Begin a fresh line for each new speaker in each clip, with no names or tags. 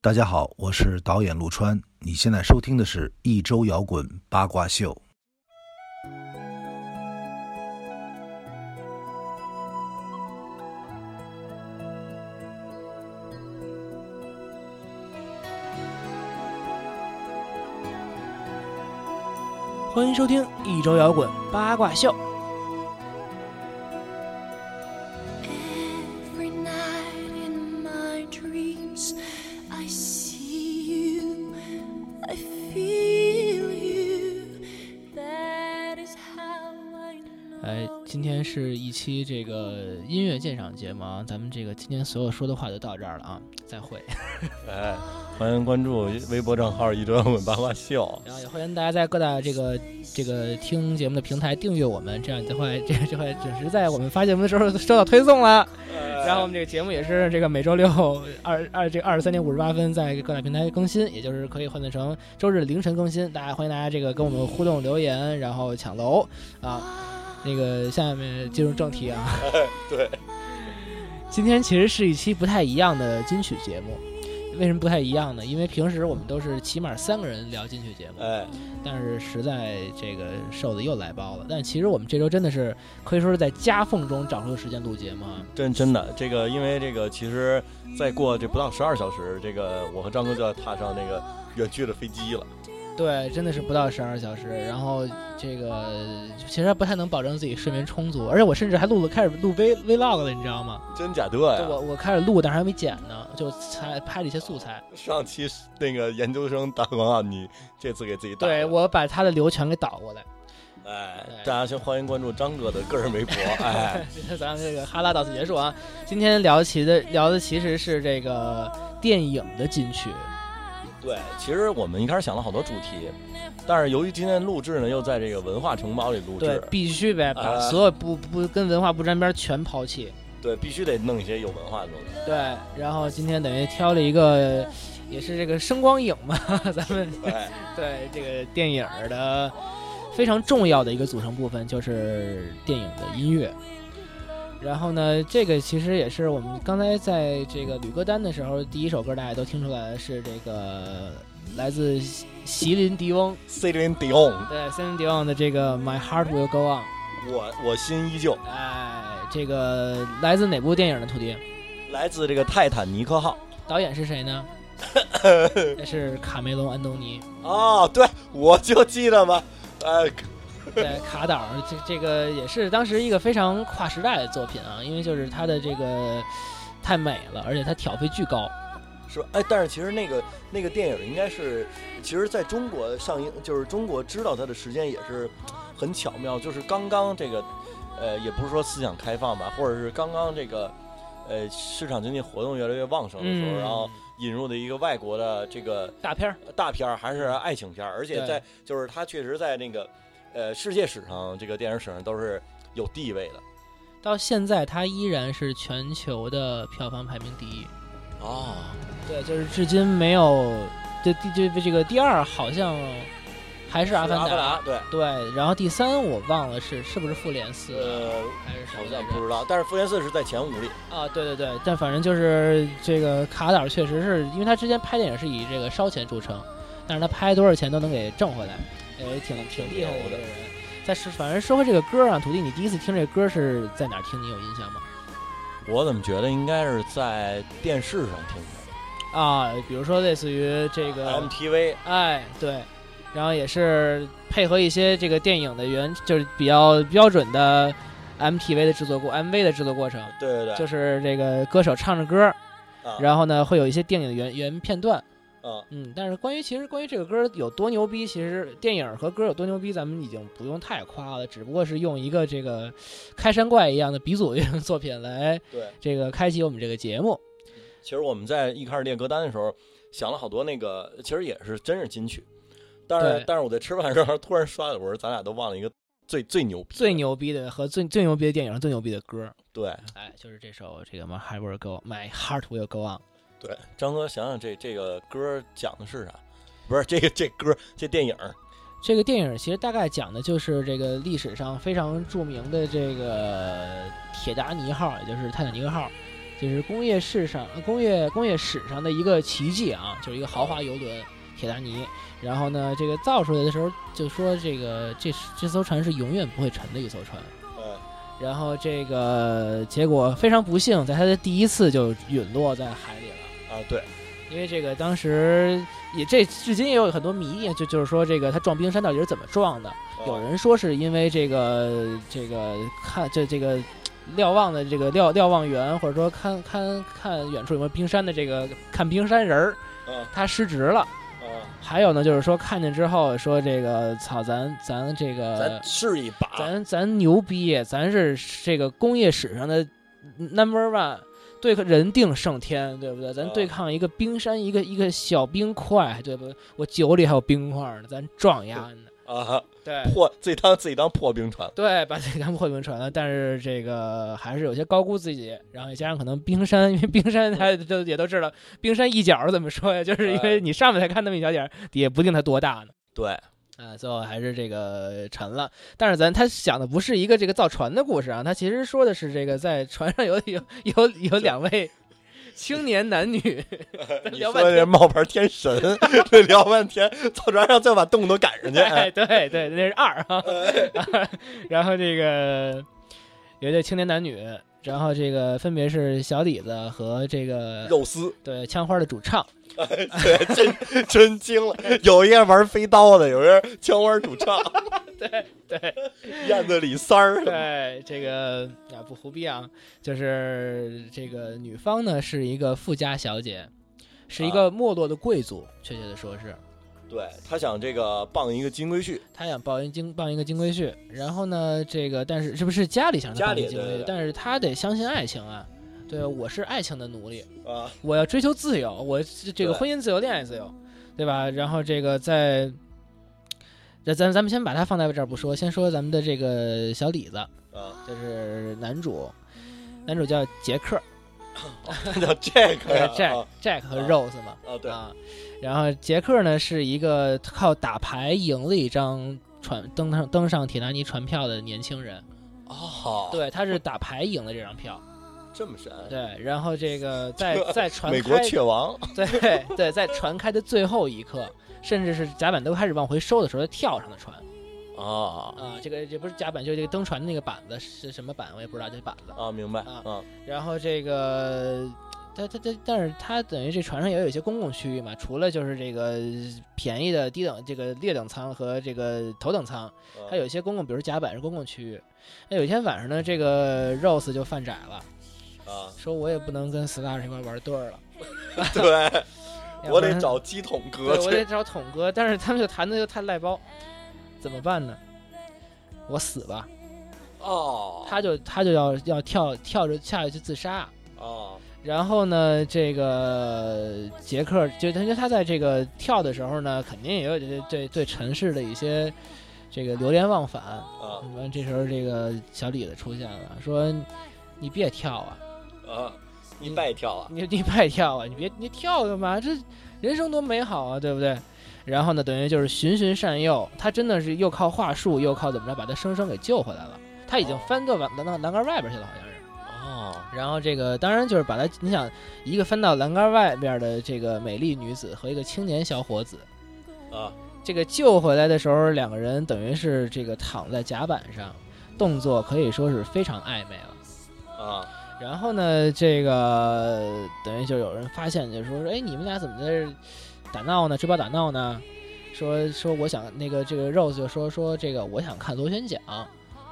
大家好，我是导演陆川，你现在收听的是一周摇滚八卦秀。
欢迎收听一周摇滚八卦秀。
Every night in my dreams, I see you, I feel you. That is how I know.
哎，今天是一期这个音乐鉴赏节目啊，咱们这个今天所有说的话就到这儿了 啊，再会。
哎，欢迎关注微博账号“一周摇滚八卦秀
然后也欢迎大家在各大这个这个听节目的平台订阅我们，这样你就会这这会准时在我们发节目的时候收到推送了。然后我们这个节目也是这个每周六二二这二十三点五十八分在各大平台更新，也就是可以换算成周日凌晨更新。大家欢迎大家这个跟我们互动留言，然后抢楼啊。那个下面进入正题啊，”。
对，
今天其实是一期不太一样的金曲节目。为什么不太一样呢？因为平时我们都是起码三个人聊金曲节目，
哎，
但是实在这个瘦子又来包了。但其实我们这周真的是可以说是在夹缝中找出时间录节目啊。
真真的，这个因为这个，其实再过这不到十二小时，这个我和张哥就要踏上那个远去的飞机了。
对，真的是不到十二小时。然后这个其实还不太能保证自己睡眠充足，而且我甚至还录了开始录 V vlog 了，你知道吗？
真假的
就
呀？
我我开始录，但是还没剪呢，就才拍了一些素材。
上期那个研究生大王啊，你这次给自己打了
对，我把他的流全给倒过来，
哎
对，
大家先欢迎关注张哥的个人微 博，哎，
咱们这个哈拉到此结束啊。今天聊起的聊的其实是这个电影的金曲，
对，其实我们一开始想了好多主题，但是由于今天录制呢，又在这个文化城堡里录
对
制，，
必须呗，把
呃
所有不不跟文化不沾边儿全抛弃。
对，必须得弄一些有文化的东西。
对，然后今天等于挑了一个，也是这个声光影嘛， 咱们
哎，
对这个电影儿的非常重要的一个组成部分就是电影的音乐。然后呢，这个其实也是我们刚才在这个捋歌单的时候，第一首歌大家都听出来了是这个来自席席琳迪翁，
c e l i n d i o n
对 c e l i n d i o n 的这个《My Heart Will Go On》。
我我心依旧，
哎，这个来自哪部电影的徒弟？
来自这个泰坦尼克号。
导演是谁呢？ 那是卡梅隆·安东尼，
哦，对，我就记得嘛，哎，
对，卡导，这这个也是当时一个非常跨时代的作品啊，因为就是他的这个太美了，而且他挑费巨高，
是吧？哎，但是其实那个那个电影应该是，其实在中国上映，就是中国知道它的时间也是很巧妙，就是刚刚这个，呃，也不是说思想开放吧，或者是刚刚这个，呃，市场经济活动越来越旺盛的
嗯
时候，然后引入的一个外国的这个
大片儿，
大片儿还是爱情片儿，而且
嗯对
在就是它确实在那个，呃，世界史上这个电影史上都是有地位的。
到现在他依然是全球的票房排名第一，
哦，
对，就是至今没有，这第这这个第二好像还是《阿
阿
凡达》
达，对，
对，然后第三我忘了是是不是《复联四》
呃，
还是啊什
好
么来
像
着
不知道，但是《复联四》是在前五里。
啊，对对对，但反正就是这个卡导确实是因为他之前拍电影是以这个烧钱著称，但是他拍多少钱都能给挣回来，也挺挺厉害的一个人。但是反正说回这个歌啊，徒弟，你第一次听这歌是在哪儿听？你有印象吗？
我怎么觉得应该是在电视上听的
啊，比如说类似于这
啊
个，
，MTV
哎，对，然后也是配合一些这个电影的原，就是比较标准的 MTV 的制作过 MV 的制作过程，
对对对，
就是这个歌手唱着歌，
啊
然后呢会有一些电影的原原片段。
啊，
嗯，但是关于其实关于这个歌有多牛逼，其实电影和歌有多牛逼，咱们已经不用太夸了，只不过是用一个这个开山怪一样的鼻祖一样的作品来
对。
这个开启我们这个节目。
其实我们在一开始列歌单的时候，想了好多那个，其实也是真是金曲，但
对
是但是我在吃饭的时候突然刷了，我说咱俩都忘了一个最最牛逼的
最牛逼的和最最牛逼的电影，最牛逼的歌，
对
哎，就是这首这个 My Heart Will Go My Heart Will Go On。
对，张哥想想这这个歌讲的是啥？不是这个这歌这电影，
这个电影其实大概讲的就是这个历史上非常著名的这个铁达尼号，也就是泰坦尼克号，就是工业市上呃工业工业史上的一个奇迹啊，就是一个豪华游轮铁达尼。然后呢，这个造出来的时候就说这个这这艘船是永远不会沉的一艘船。
嗯
然后这个结果非常不幸，在他的第一次就陨落在海里了。
啊，对，
因为这个当时也这至今也有很多谜，就就是说这个他撞冰山到底是怎么撞的？
嗯
有人说是因为这个这个看这这个瞭望的这个瞭瞭望员，或者说看看看远处有没有冰山的这个看冰山人儿，
嗯
他失职了。
嗯，
还有呢，就是说看见之后说这个操，咱咱这个
咱试一把，
咱咱牛逼，咱是这个工业史上的 number one，对抗人定胜天，对不对？咱
啊
对抗一个冰山，一个一个小冰块，对不对？我酒里还有冰块呢，咱撞呀！
啊
对
破自己当自己当破冰船了，
对，把自己当破冰船了，但是这个还是有些高估自己，然后也加上可能冰山，因为冰山大家都也都知道，冰山一角儿怎么说呀？就是因为你上面才看那么一小点儿，底下不定它多大呢。
对，
啊，最后还是这个沉了。但是咱他想的不是一个这个造船的故事啊，他其实说的是这个在船上有有有有两位青年男女，
你
聊
说
半天
这冒牌天神， 这聊半天，操船上再把洞都赶上去，
哎，
哎
对对，那是二啊。 然后这个有一对青年男女，然后这个分别是小李子和这个
肉丝，
对枪花的主唱，
对，真真惊了。有一个玩飞刀的，有人枪花主唱，
对。
燕子李三儿，
对，这个啊不胡逼啊，就是这个女方呢是一个富家小姐，是
啊
一个没落的贵族，确切的说是，
对他想这个傍一个金龟婿，
她想抱一金抱一个金龟婿，然后呢，这个但是是不是家里想让她
家
抱一
里
个金龟
对对
婿
对，
但是她得相信爱情啊。对，我是爱情的奴隶，
啊，
我要追求自由，我这这个
对
婚姻自由、恋爱自由，对吧？然后这个在，那咱咱们先把它放在这儿不说，先说咱们的这个小李子，
啊，
就是男主，男主叫杰克
啊 叫这个
哎
呀
Jack、
啊
Jack 和
啊
Rose 嘛，
啊，对，
啊，然后杰克呢是一个靠打牌赢了一张船登上登上铁达尼船票的年轻人，
哦，，
对，他是打牌赢了这张票，
这么神，
对，然后这个 在在船
美国
开
雀王，
对对，在船开的最后一刻，甚至是甲板都开始往回收的时候，他跳上了船
啊
啊，这个也不是甲板，就是这个登船的那个板子是什么板我也不知道，这板子
啊，明白
啊
啊，
然后这个，他他他，但是他等于这船上也有一些公共区域嘛，除了就是这个便宜的低等这个劣等舱和这个头等舱，还有一些公共，比如甲板是公共区域。那有一天晚上呢，这个 Rose 就犯窄了，
啊，
说我也不能跟 Star 一块玩对儿了，
对
要
我
不
得
然
找鸡桶哥
对，我得
去，
找桶哥，但是他们就谈的就太赖包，怎么办呢？我死吧，
哦，
他就他就要要跳跳着下去自杀。
哦，
然后呢，这个杰克就因为他在这个跳的时候呢，肯定也有这对对城市的一些这个流连忘返。
啊
完、这时候这个小李子出现了，说：“你别跳啊，
啊，你拜跳啊，
你你别跳啊，你别你跳干嘛？这人生多美好啊，对不对？”然后呢，等于就是循循善诱，他真的是又靠话术，又靠怎么着把他生生给救回来了。他已经翻到栏栏栏杆外边去了，好像是。
哦，
然后这个当然就是把她，你想一个翻到栏杆外边的这个美丽女子和一个青年小伙子，
啊，
这个救回来的时候，两个人等于是这个躺在甲板上，动作可以说是非常暧昧了。
啊，
然后呢，这个等于就有人发现，就说说，哎，你们俩怎么在这儿打闹呢？追跑打闹呢？说说我想那个这个 Rose 就说说这个我想看螺旋桨，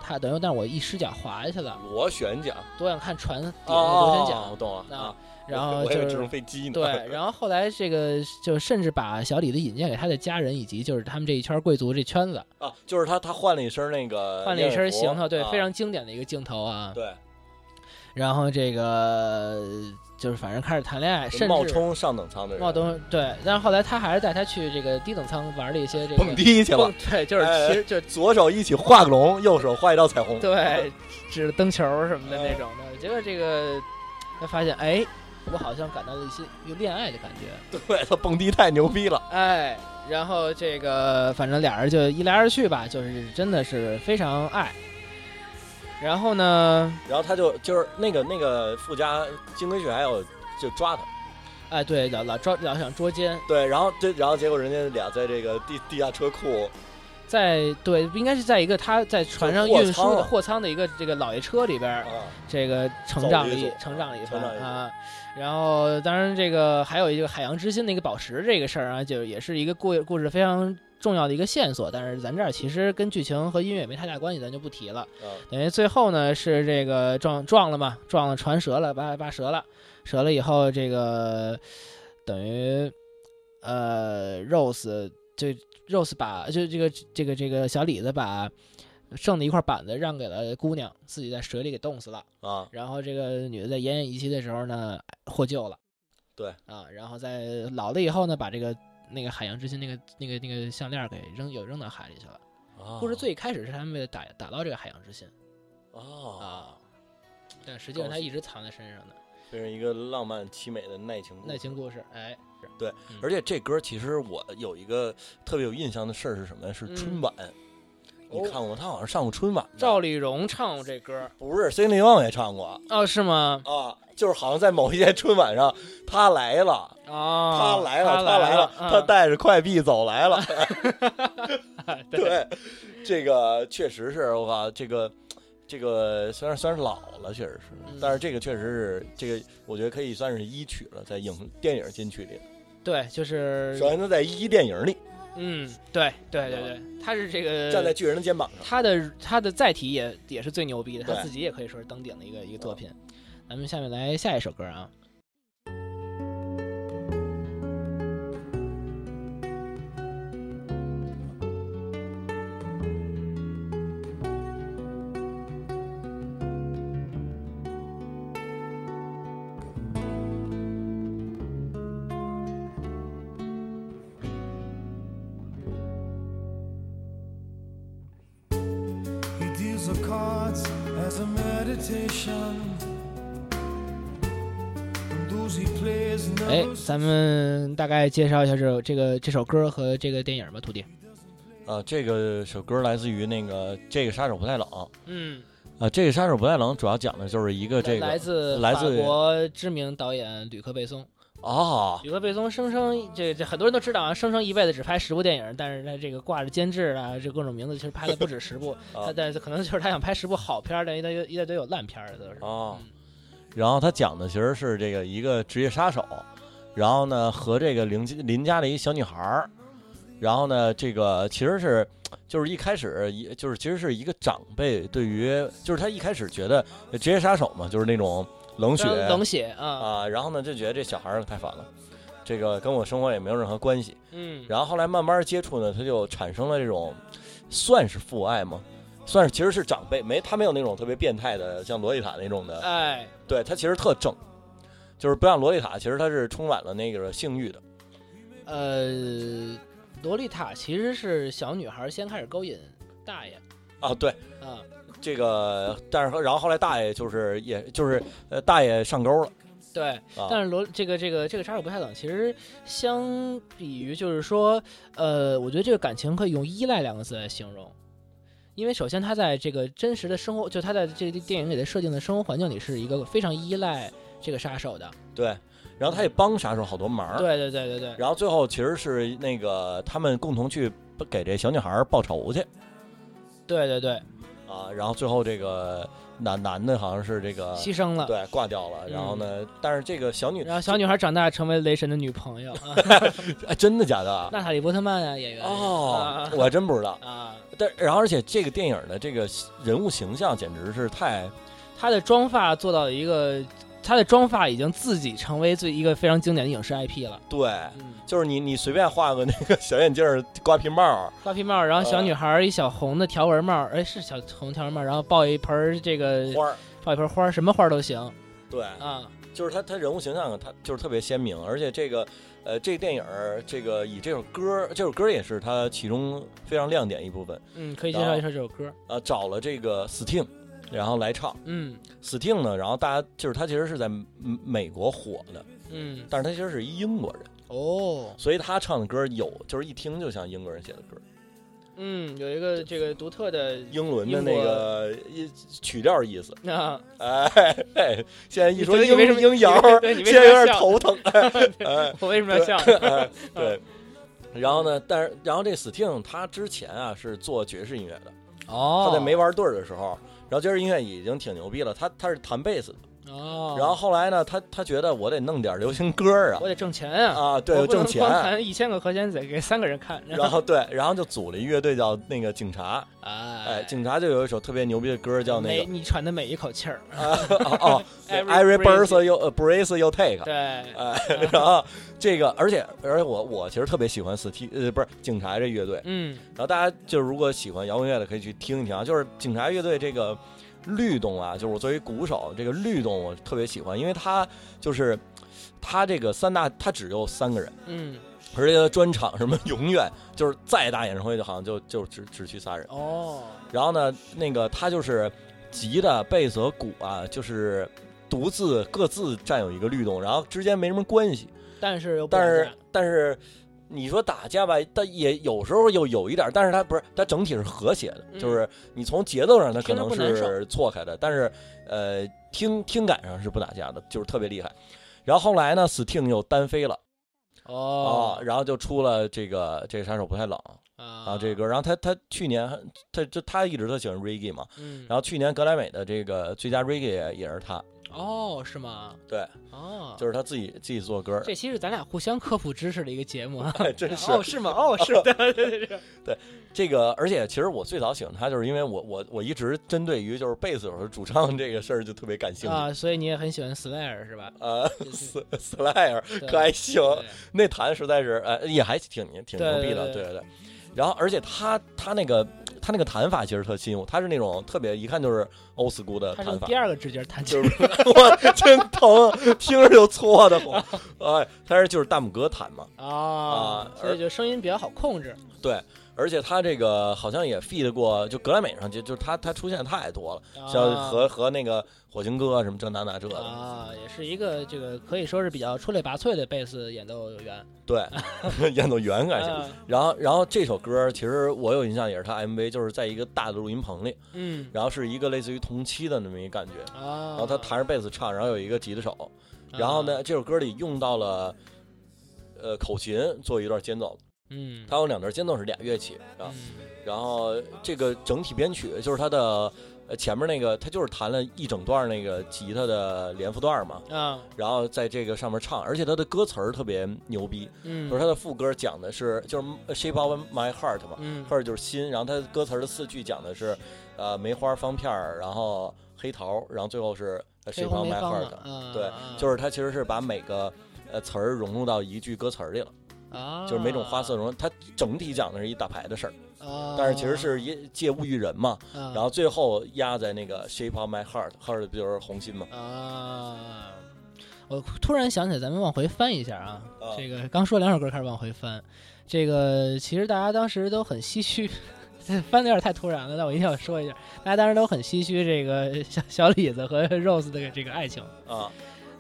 他等于但是我一失脚滑下去了，
螺旋桨，
我想看船底下的啊螺旋
我
桨，
懂了
啊
啊，
然后
我以为
就
直
是
升飞机呢，
对，然后后来这个就甚至把小李子引荐给他的家人，以及就是他们这一圈贵族这圈子，
啊，就是他，他换了一身那个，
换了一身行头，对，
呃啊
非常经典的一个镜头啊。
对，
然后这个就是反正开始谈恋爱，甚至
冒充上等舱的人，
冒充对，但是后来他还是带他去这个低等舱玩了一些这个
蹦迪去了
蹦，，对，就是
哎
其实就
左手一起画个龙，右手画一道彩虹，
对，指着灯球什么的
哎
那种的。结果这个他发现，哎，我好像感到了一些有恋爱的感觉。
对，他蹦迪太牛逼了，
哎，然后这个反正俩人就一来二去吧，就是真的是非常爱。然后呢，
然后他就就是那个那个富家金龟婿还有就抓他，
哎，对，老老抓老想捉奸，
对，然后这然后结果人家俩在这个地地下车库，
在对，应该是在一个他在船上
货
运输
仓
的
啊
货仓的一个这个老爷车里边儿，
啊，
这个成长了
走了一
一
走
成长了一
成
番
长一番
啊。然后，当然这个还有一个海洋之心的一个宝石这个事儿啊，就也是一个故故事非常重要的一个线索，但是咱这儿其实跟剧情和音乐也没太大关系，咱就不提了。
啊
等于最后呢是这个撞撞了嘛，撞了船折了，把把折了，折了以后这个等于呃 Rose 就 Rose 把就这个这个这个小李子把剩的一块板子让给了姑娘，自己在水里给冻死了。
啊，
然后这个女的在奄奄一息的时候呢获救了，
对
啊，然后在老了以后呢把这个。那个海洋之心，那个那个那个项链给扔，又扔到海里去了。故事最开始是他们为了打打到这个海洋之心，
啊，
啊，但实际上他一直藏在身上的
这是一个浪漫凄美的爱情故事
爱情故事，哎，
而且这歌其实我有一个特别有印象的事儿是什么呢？是春晚，你看过吗？他好像上过春晚吧。
赵丽蓉唱过这歌
嗯不是 C 罗也唱过
哦，是吗？
啊，就是好像在某一届春晚上，他来了，
哦，
他来了，他
来嗯
了，他
带
带着快币走 来了。对，这个确实是我靠，这个这个虽然虽然老了，确实是
嗯，
但是这个确实是这个，我觉得可以算是一曲了，在影电影金曲里，
对，就是
首先他在一电影里
嗯，对对对对，他是这个
站在巨人的肩膀上。
他的他的载体也也是最牛逼的，
对
他自己也可以说是登顶的一个一个作品。咱们下面来下一首歌啊。
He deals the cards as a meditation. And those he plays
哎
never，
咱们大概介绍一下这首这个这首歌和这个电影吧，徒弟。
啊，这个首歌来自于那个《这个杀手不太冷》
嗯，
啊，《这个杀手不太冷》主要讲的就是一个这个
来自
来
法
自
国知名导演吕克贝松。
啊，
吕克贝松生生这这很多人都知道啊，生生一辈子只拍十部电影，但是他这个挂着监制啊，这各种名字，其实拍了不止十部。
啊
他但是可能就是他想拍十部好片儿，但一大堆一大堆有烂片儿的都是。
哦，然后他讲的其实是这个一个职业杀手，然后呢和这个邻居邻家的一个小女孩儿，然后呢这个其实是就是一开始一就是其实是一个长辈对于就是他一开始觉得职业杀手嘛就是那种冷血
冷血啊，
啊，然后呢就觉得这小孩儿太烦了，这个跟我生活也没有任何关系。
嗯，
然后后来慢慢接触呢，他就产生了这种算是父爱吗？算是其实是长辈，没他没有那种特别变态的，像洛丽塔那种的，
哎，
对他其实特正，就是不像洛丽塔，其实他是充满了那个性欲的。
呃，洛丽塔其实是小女孩先开始勾引大爷
啊，对
啊，
这个，但是然后后来大爷就是也就是呃大爷上钩了
对，
啊，
但是罗这个这个这个杀手不太冷，其实相比于就是说，呃，我觉得这个感情可以用依赖两个字来形容，因为首先他在这个真实的生活，就他在这个电影里的设定的生活环境里是一个非常依赖这个杀手的。
对，然后他也帮杀手好多忙，，
对对对对对，
啊然后最后其实是那个他们共同去给这小女孩报仇去
对对对，
啊，然后最后这个男男的好像是这个
牺牲了。
对挂掉了，然后呢，但是这个小女
然后小女孩长大成为雷神的女朋友，啊
哎真的假的啊？
娜塔莉波特曼啊，演员
哦
啊，
我还真不知道。
啊，
但然后而且这个电影的这个人物形象简直是太
她的妆发做到一个，她的妆发已经自己成为最一个非常经典的影视 IP 了。
对，
嗯，
就是你你随便画个那个小眼镜儿、瓜皮帽儿，
瓜皮帽，然后
呃
小女孩儿一小红的条纹帽，哎，是小红条纹帽，然后抱一盆儿这个
花儿，
抱一盆花儿，什么花儿都行
对，
啊。
就是他他人物形象他就是特别鲜明，而且这个呃这个电影儿这个以这首歌儿这首歌儿也是他其中非常亮点一部分
嗯，可以介绍一下这首歌。
啊、呃找了这个 Sting，然后来唱
嗯
Sting 呢，然后大家就是他其实是在美美国火的，
嗯，
但是他其实是一英国人，
哦，
所以他唱的歌儿有就是一听就像英国人写的歌儿，
嗯，有一个这个独特的
英伦的那个一曲调意思。
那
哎， 哎现在一说
你
英
为什么
英摇
你为，对你为
现
什么
在
要
有点
笑
头疼。哎哎，
我为什么要笑？
哎，对。然后呢？但是，然后这 Sting 他之前啊是做爵士音乐的，
哦
他在没玩对儿的时候，然后爵士音乐已经挺牛逼了，他他是弹贝斯的。
哦，
然后后来呢，他他觉得我得弄点流行歌儿啊
我得挣钱啊，
啊，对，
我
我
不能
挣钱。
光弹一千个和弦得给三个人看，
然后对，然后就组了一乐队叫那个警察，哎，
哎，
警察就有一首特别牛逼的歌叫那
每
个
你喘的每一口气儿，
哦 哦
Every
，Every
breath
breath you a breath you take，
对，
哎， 然后这个，而且而且我我其实特别喜欢 St 呃不是警察这乐队，
嗯
然后大家就是如果喜欢摇滚乐的可以去听一听啊，就是警察乐队这个律动啊，就是我作为鼓手这个律动我特别喜欢，因为他就是他这个三大他只有三个人，
嗯，
而且他专场什么 永远就是再大演唱会就好像就就只只去仨人，
哦，
然后呢那个他就是吉的贝斯和鼓啊就是。独自各自占有一个律动，然后之间没什么关系，
但是又不
但是
敢
但是你说打架吧，但也有时候又有一点儿，但是它不是，它整体是和谐的，
嗯
就是你从节奏上它可
听着
能
不难
是错开的，但是呃听听感上是不打架的，就是特别厉害。然后后来呢，Sting 又单飞了
打
啊、
哦
然后就出了这个这个杀手不太冷
啊
啊这个歌，然后他他去年还他就他一直都喜欢 Reggae 嘛，
嗯，
然后去年格莱美的这个最佳 Reggae 也是他，
哦是吗？
对，
哦，
就是他自己自己做歌儿，
这期是咱俩互相科普知识的一个节目啊。
真是
哦，是吗？哦，是的，对对 对，
这个，而且其实我最早喜欢他，就是因为我我我一直针对于就是贝斯手主唱这个事儿就特别感兴趣。
啊，所以你也很喜欢 Slayer 是吧？
呃
对
，Sl-，Slayer
对
可还行，
对
那弹实在是呃也还挺挺
对
牛逼的，
对对
对对对。然后而且他他那个他那个弹法其实特新，他是那种特别一看就是 old school 的
他是用
弹法
第，二个指节弹
就
琴，
是我真疼，听着就搓的慌。 哎，他是就是大拇哥弹嘛，
啊，
啊
所以就声音比较好控制。
对。而且他这个好像也 feed 过，就格莱美上就就是他他出现太多了。像
啊
和和那个火星哥什么这那那这的，
啊，也是一个这个可以说是比较出类拔萃的贝斯演奏员。
对，演奏员感觉。
啊
然后，然后这首歌其实我有印象，也是他 MV，就是在一个大的录音棚里，
嗯，
然后是一个类似于同期的那么一个感觉，
啊，
然后他弹着贝斯唱，然后有一个吉他手，然后呢，
啊，
这首歌里用到了。呃，口琴做一段间奏，
嗯，
它有两段间奏是俩乐器啊，
嗯
然后这个整体编曲就是它的呃前面那个，它就是弹了一整段那个吉他的连复段嘛，
啊，
然后在这个上面唱，而且他的歌词儿特别牛逼，
嗯，
就是他的副歌讲的是就是呃 shape of my heart 嘛
嗯，
，heart 就是心，然后他的歌词儿的四句讲的是呃梅花方片儿，然后黑桃，然后最后是呃 shape
黑红
of
梅
my
芳
heart，
嘛，
对
啊，
就是他其实是把每个。呃，词儿融入到一句歌词儿里了，
啊，
就是每种花色融入。它整体讲的是一打牌的事儿，
啊，
但是其实是一借物喻人嘛。
啊，
然后最后压在那个 shape of my heart，heart 不就是红心嘛？
啊，我突然想起来，咱们往回翻一下啊，
啊
这个刚说两首歌开始往回翻，这个其实大家当时都很唏嘘。 翻的有点太突然了，但我一定要说一下，大家当时都很唏嘘这个小小李子和 Rose 的这个爱情。
啊，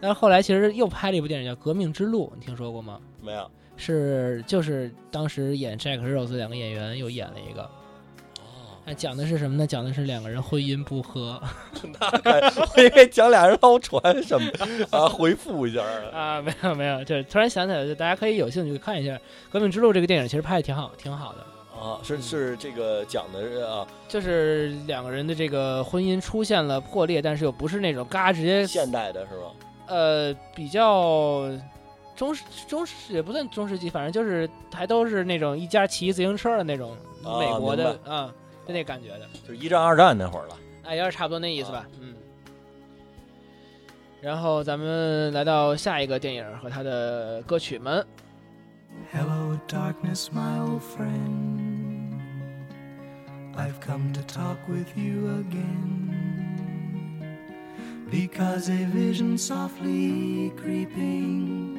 但是后来其实又拍了一部电影叫《革命之路》，你听说过吗？
没有。
是就是当时演 Jack 和 Rose 两个演员又演了一个，
哦，
那讲的是什么呢？讲的是两个人婚姻不和
那该我以为讲俩人捞船什么啊，回复一下啊
啊，没有没有，就是突然想起来，就大家可以有兴趣看一下《革命之路》这个电影，其实拍的挺好，挺好的。
啊，
嗯
是是这个讲的是啊，
就是两个人的这个婚姻出现了破裂，但是又不是那种嘎直接
现代的是吧？
呃比较中世中世也不算中世纪，反正就是还都是那种一家骑自行车的那种
啊
美国的
明
啊，就那感觉的，
就是一战二战那会儿了。
哎，有点差不多那意思
啊
吧，嗯。然后咱们来到下一个电影和它的歌曲们，
Hello, darkness, my old friend. I've come to talk with you again. Because a vision softly creeping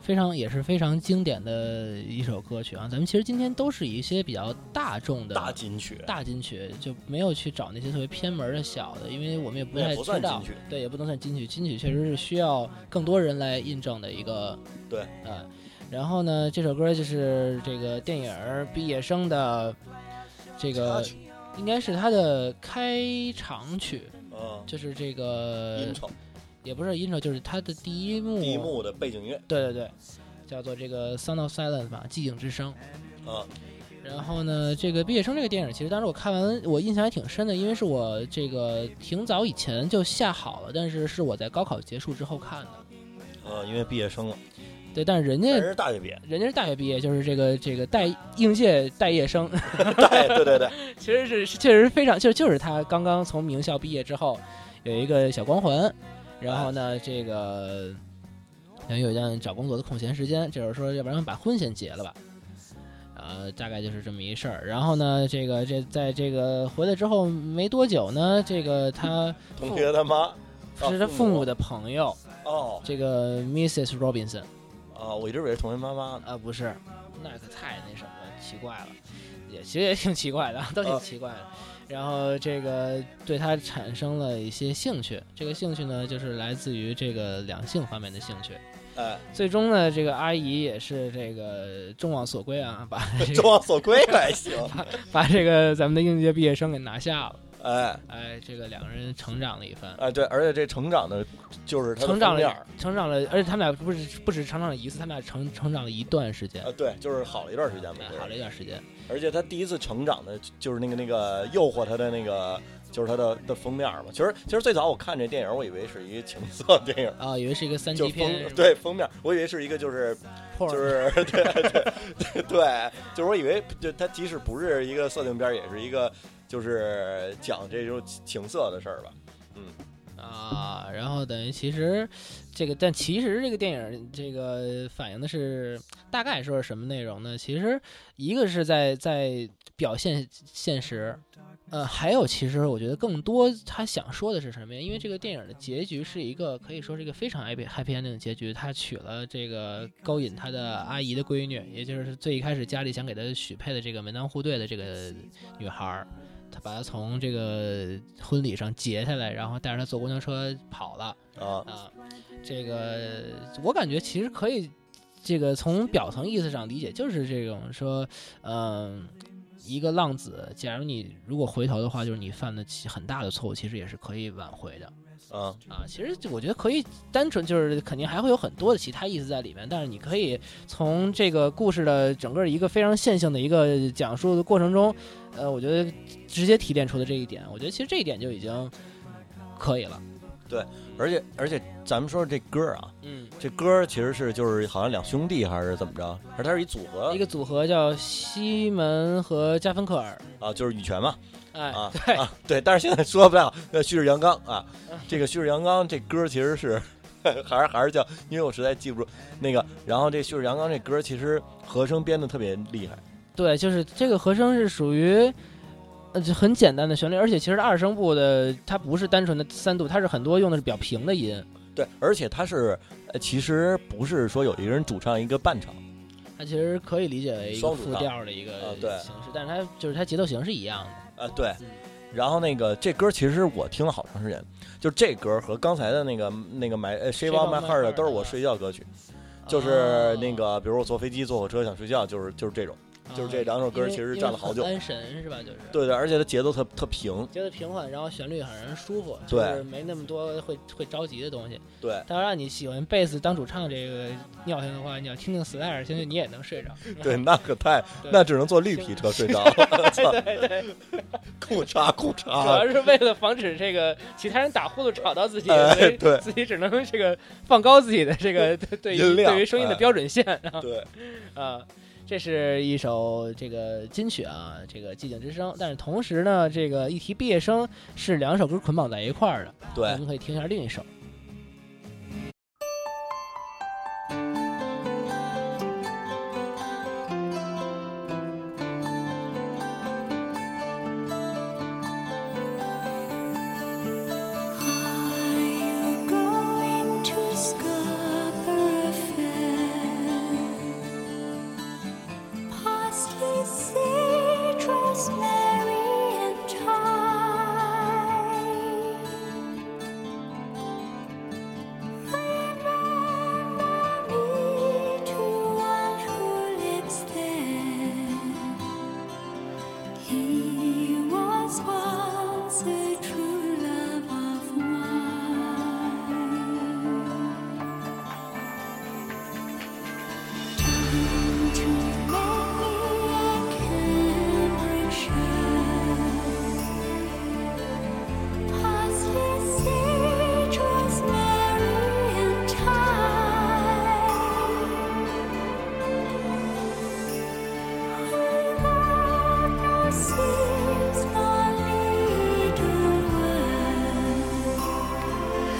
非常也是非常经典的一首歌曲啊。咱们其实今天都是以一些比较大众的
大金曲，
大金曲，就没有去找那些特别偏门的小的，因为我们也不
那
太
也不算
知道
金曲，
对，也不能算金曲，金曲确实是需要更多人来印证的一个
对
呃。然后呢，这首歌就是这个电影儿《毕业生》的这
插
个
曲，
应该是它的开场曲，
嗯，
就是这个
音丑
也不是 intro，就是它的第一幕，
第一幕的背景音乐，
对对对，叫做这个《Sound of Silence》吧，寂静之声。
嗯，
然后呢，这个《毕业生》这个电影，其实当时我看完，我印象还挺深的，因为是我这个挺早以前就下好了，但是是我在高考结束之后看的。
呃，因为毕业生了，
对，但是人家
还是大学毕业，
人家是大学毕业，就是这个这个待应届待业生，
对对对对，
其实是是确实非常，就就是他刚刚从名校毕业之后，有一个小光环，然后呢，这个等于有一段找工作的空闲时间，这时候说，要不然把婚先结了吧，呃，大概就是这么一事儿。然后呢，这个这在这个回来之后没多久呢，这个他
同学他妈
是他父母的朋友，
哦
这个 Mrs. Robinson
啊，我一直以为是同学妈妈呢，
啊、不是，那可太那什么了奇怪了，也其实也挺奇怪的，都挺
啊
奇怪的。然后这个对他产生了一些兴趣，这个兴趣呢，就是来自于这个两性方面的兴趣。
哎，
最终呢，这个阿姨也是这个众望所归啊，把这
众
个
望所归 还行，
把这个咱们的应届毕业生给拿下了。
哎。
哎，这个两个人成长了一番。
啊，对，而且这成长的，就是他的
成长
封面
了
儿，
成长了，而且他们俩不是不止成长了一次，他们俩成成长了一段时间
啊，，对，就是好了一段时间吧
哎，
就是
好了一段时间。
而且他第一次成长的，就是那个那个诱惑他的那个，就是他的的封面儿嘛。其实其实最早我看这电影，我以为是一情色电影，
啊，以为是一个三
就
级
是
片是吧，
封对封面儿，我以为是一个就是
破
就是 对对对，就是我以为就他即使不是一个色情片儿，也是一个就是讲这种情色的事儿吧。
啊，然后等于其实这个，但其实这个电影这个反映的是大概说是什么内容呢？其实一个是在在表现现实，呃，还有其实我觉得更多他想说的是什么呀？因为这个电影的结局是一个可以说是一个非常 happy happy ending 的结局，他娶了这个勾引他的阿姨的闺女，也就是最一开始家里想给他许配的这个门当户对的这个女孩儿。他把她从这个婚礼上截下来，然后带着她坐公交车跑了
啊，
啊。这个我感觉其实可以，这个从表层意思上理解，就是这种说，嗯、一个浪子，假如你如果回头的话，就是你犯了其很大的错误，其实也是可以挽回的
啊，
啊。其实我觉得可以单纯就是肯定还会有很多的其他意思在里面，但是你可以从这个故事的整个一个非常线性的一个讲述的过程中，呃，我觉得直接提炼出的这一点，我觉得其实这一点就已经可以了。
而且而且咱们说这歌儿啊，
嗯，
这歌儿其实是就是好像两兄弟还是怎么着，还是它是一组合
一个组合叫西门和加芬克尔，
啊，就是羽泉嘛
哎，
啊
对，
啊，对，但是现在说不太好。那旭日阳刚啊，这个旭日阳刚这歌儿其实是还是还是叫，因为我实在记不住那个。然后这旭日阳刚这歌儿其实和声编的特别厉害，
对，就是这个和声是属于。呃，就很简单的旋律，而且其实二声部的它不是单纯的三度，它是很多用的是比较平的音，
对，而且他是呃其实不是说有一个人主唱一个伴唱，
它其实可以理解为一个
双主
副
唱
调的一个
啊对
形式，但是它就是它节奏型是一样的。
啊，对
嗯。
然后那个这歌儿其实我听了好长时间，就这歌儿和刚才的那个那个买呃《Shape
Shape
of
of
My
My
Heart》
Heart
的都是我
啊
睡觉歌曲，就
哦
是那个比如我坐飞机、坐火车想睡觉，就是就是这种。就是这两首歌
因为
其实
因为
站了好久
很安神是吧？就是
对对，而且它节奏特特平，
觉得平缓，然后旋律很让人舒服，
对
就是没那么多会会着急的东西。
对。
但要让你喜欢贝斯当主唱这个尿性的话，你要听听 Slayer，听听你也能睡着。
对，那可太，
对
那只能坐绿皮车睡着了，操，
对对，
裤衩裤
主要
衩，
是为了防止这个其他人打呼噜吵到自己，
哎
所以
对
自己只能这个放高自己的这个对对于
音量
对于声音的
哎
标准线啊。
对，
啊，这是一首这个金曲啊，这个《寂静之声》。但是同时呢，这个一提毕业生是两首歌捆绑在一块儿的，
对
咱们可以听一下另一首。
Are you going to stay?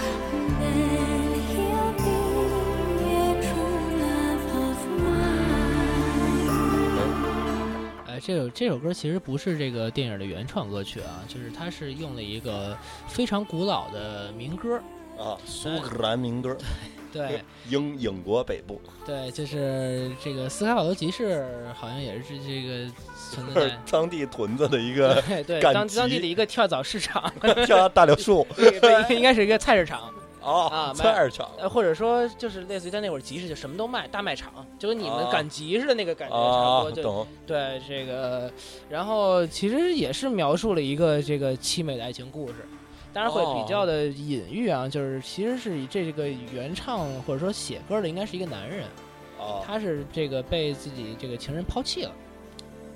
and he'll be a true love of mine.
哎，这首这首歌其实不是这个电影的原创歌曲啊，就是它是用了一个非常古老的民歌，
啊，苏格兰民歌，
对
英英国北部，
对，就是这个斯卡瓦罗集市好像也是这个存 在
是
在。
当地屯子的一个
对对，
赶
当当地
集
的一个跳蚤市 场，
叫大 柳树
对，应该是一个菜市场，
啊
啊，
菜市场
呃，或者说就是类似于在那会儿集市就什么都卖，大卖场，就跟你们
啊
赶集似的那个感觉呃差不
啊
多。，就
懂
对这个，然后其实也是描述了一个这个凄美的爱情故事，当然会
哦
比较的隐喻啊，就是其实是以这个原唱或者说写歌的应该是一个男人，
啊
他是这个被自己这个情人抛弃了。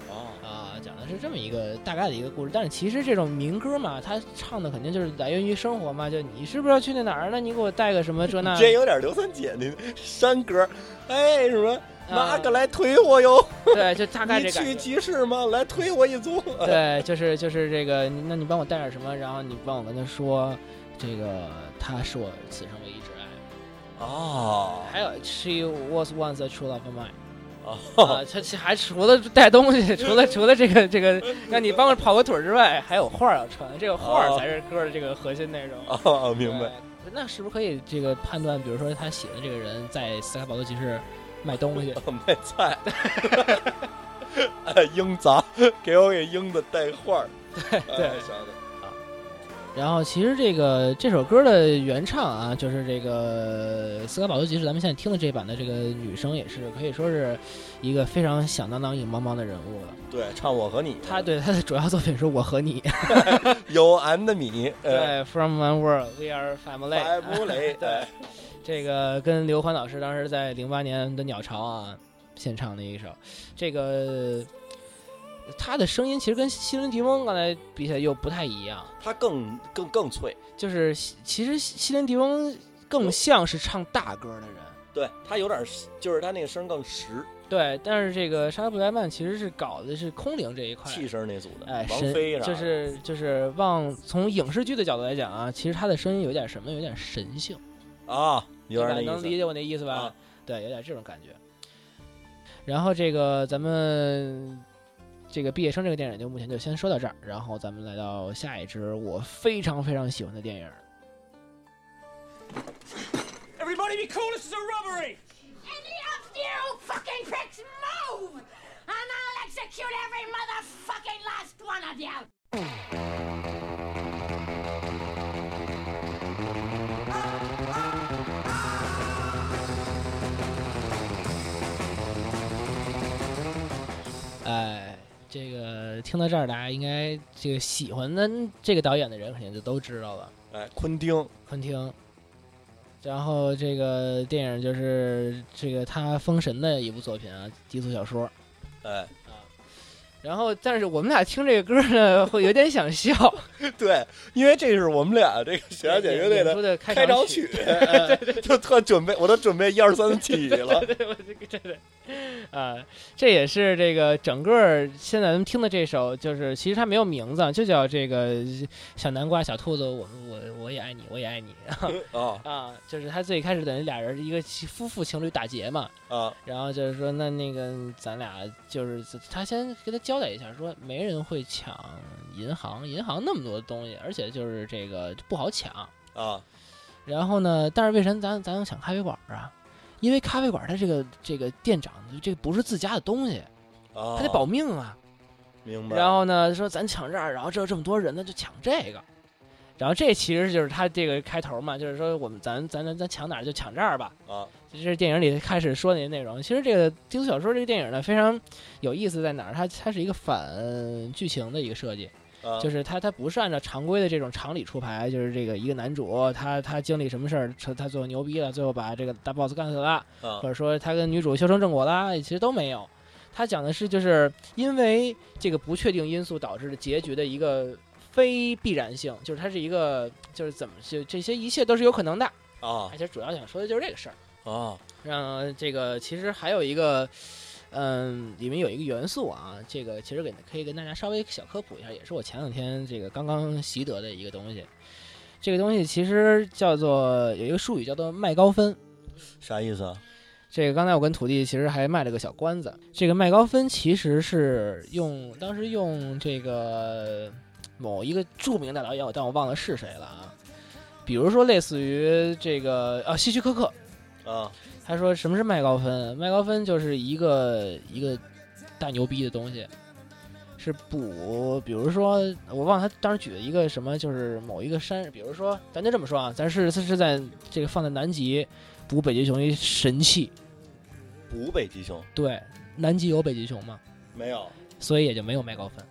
啊
啊，讲的是这么一个大概的一个故事。但是其实这种民歌嘛，他唱的肯定就是来源于生活嘛，就你是不是要去那哪儿呢？你给我带个什么这 那
这有点刘三姐那山歌，哎，什么
啊
哪个来推我哟？
对，就大概
你
这感
去
觉。
集市吗？来推我一 足。
对，就是就是这个，你那你帮我带点什么，然后你帮我跟他说，这个他是我此生唯一挚爱。
啊
还有，She was once a true love of mine。
啊，
啊，他其还除了带东西，除了除了这个这个
嗯
让你帮我跑个腿儿之外，还有画儿要穿，这个画儿
哦
才是歌的这个核心内容。
啊，明白。
对。那是不是可以这个判断，比如说他写的这个人在斯卡堡特集市卖东西？
哦卖菜， 哎，英杂，给我给英子带画儿，对
对
啥的，
然后其实这个这首歌的原唱啊，就是这个斯卡堡特集市，咱们现在听的这版的这个女生也是可以说是一个非常响当当、硬邦邦的人物了。
对，唱我和你，
她对她的主要作品是《我和你》，
有俺的米，呃，
对《From One World We Are Family
白》布雷，
对，这个跟刘欢老师当时在零八年的《鸟巢》啊献唱的一首，这个他的声音其实跟西伦迪翁刚才比起来又不太一样，
他更更更脆，
就是西其实西西伦迪翁更像是唱大歌的人，
对他有点儿，就是他那个声更实，
对，但是这个莎拉布莱曼其实是搞的是空灵这一块。
气声那组的，
哎，
王
神
菲啥的
就是就是往从影视剧的角度来讲啊，其实他的声音有点什么，有点神性，
啊，有
对
点
吧
那
能理
意
解我那意思
思
吧？
啊，
对，有点这种感觉。然后这个咱们这个毕业生这个电影就目前就先说到这儿，然后咱们来到下一支我非常非常喜欢的电影。
Everybody be cool, this is a robbery!
Any of you fucking pricks move! And I'll execute every motherfucking last one of you!
哎，这个听到这儿，大家应该这个喜欢的这个导演的人肯定就都知道了，
哎，昆汀，
昆汀。然后这个电影就是这个他《封神》的一部作品啊，低俗小说。
哎，
然后，但是我们俩听这个歌呢，会有点想笑。
对，因为这是我们俩这个小雅姐乐队
演
的
出的
开场
场
曲， 哎就特准备，我都准备一二三起了，
对，我这个真的，啊，这也是这个整个儿现在咱们听的这首，就是其实它没有名字啊，就叫这个小南瓜、小兔子，我我我也爱你，我也爱你
啊
啊，就是他最开始等于俩人一个夫妇情侣打劫嘛，
啊，
然后就是说那那个咱俩就是他先给他交代一下，说没人会抢银行，银行那么多东西，而且就是这个不好抢，
啊，
然后呢，但是为什么咱咱要想咖啡馆儿啊？因为咖啡馆儿它这个这个店长这不是自家的东西，
啊，
他得保命啊。
明白。
然后呢，说咱抢这儿，然后这儿这么多人呢，就抢这个。然后这其实就是他这个开头嘛，就是说我们咱咱咱咱抢哪儿就抢这儿吧。
啊，
这是电影里开始说的那内容。其实这个《低俗小说》这个电影呢，非常有意思在哪儿？它它是一个反剧情的一个设计。
啊
就是他他不是按照常规的这种常理出牌，就是这个一个男主他他经历什么事儿，他他最后牛逼了，最后把这个大 boss 干死了，
啊
或者说他跟女主修成正果哎啦，其实都没有。他讲的是就是因为这个不确定因素导致的结局的一个非必然性，就是它是一个就是怎么就这些一切都是有可能的。
啊
而且主要想说的就是这个事儿。
啊
让这个其实还有一个。嗯，里面有一个元素啊，这个其实给可以跟大家稍微小科普一下，也是我前两天这个刚刚习得的一个东西，这个东西其实叫做有一个术语叫做麦高芬。
啥意思啊？
这个刚才我跟土地其实还卖了个小关子，这个麦高芬其实是用当时用这个某一个著名的导演，但我忘了是谁了啊。比如说类似于这个啊，希区柯克，
啊，
他说什么是麦高芬？麦高芬就是一个一个大牛逼的东西，是补，比如说我忘了他当时举了一个什么，就是某一个山，比如说咱就这么说啊，咱是是在这个放在南极补北极熊一神器，
补北极熊
对，南极有北极熊嘛，
没有
所以也就没有麦高芬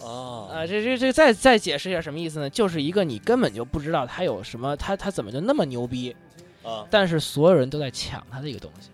啊、
啊？
这这这再再解释一下什么意思呢？就是一个你根本就不知道它有什么，它它怎么就那么牛逼，
啊，
但是所有人都在抢它的一个东西。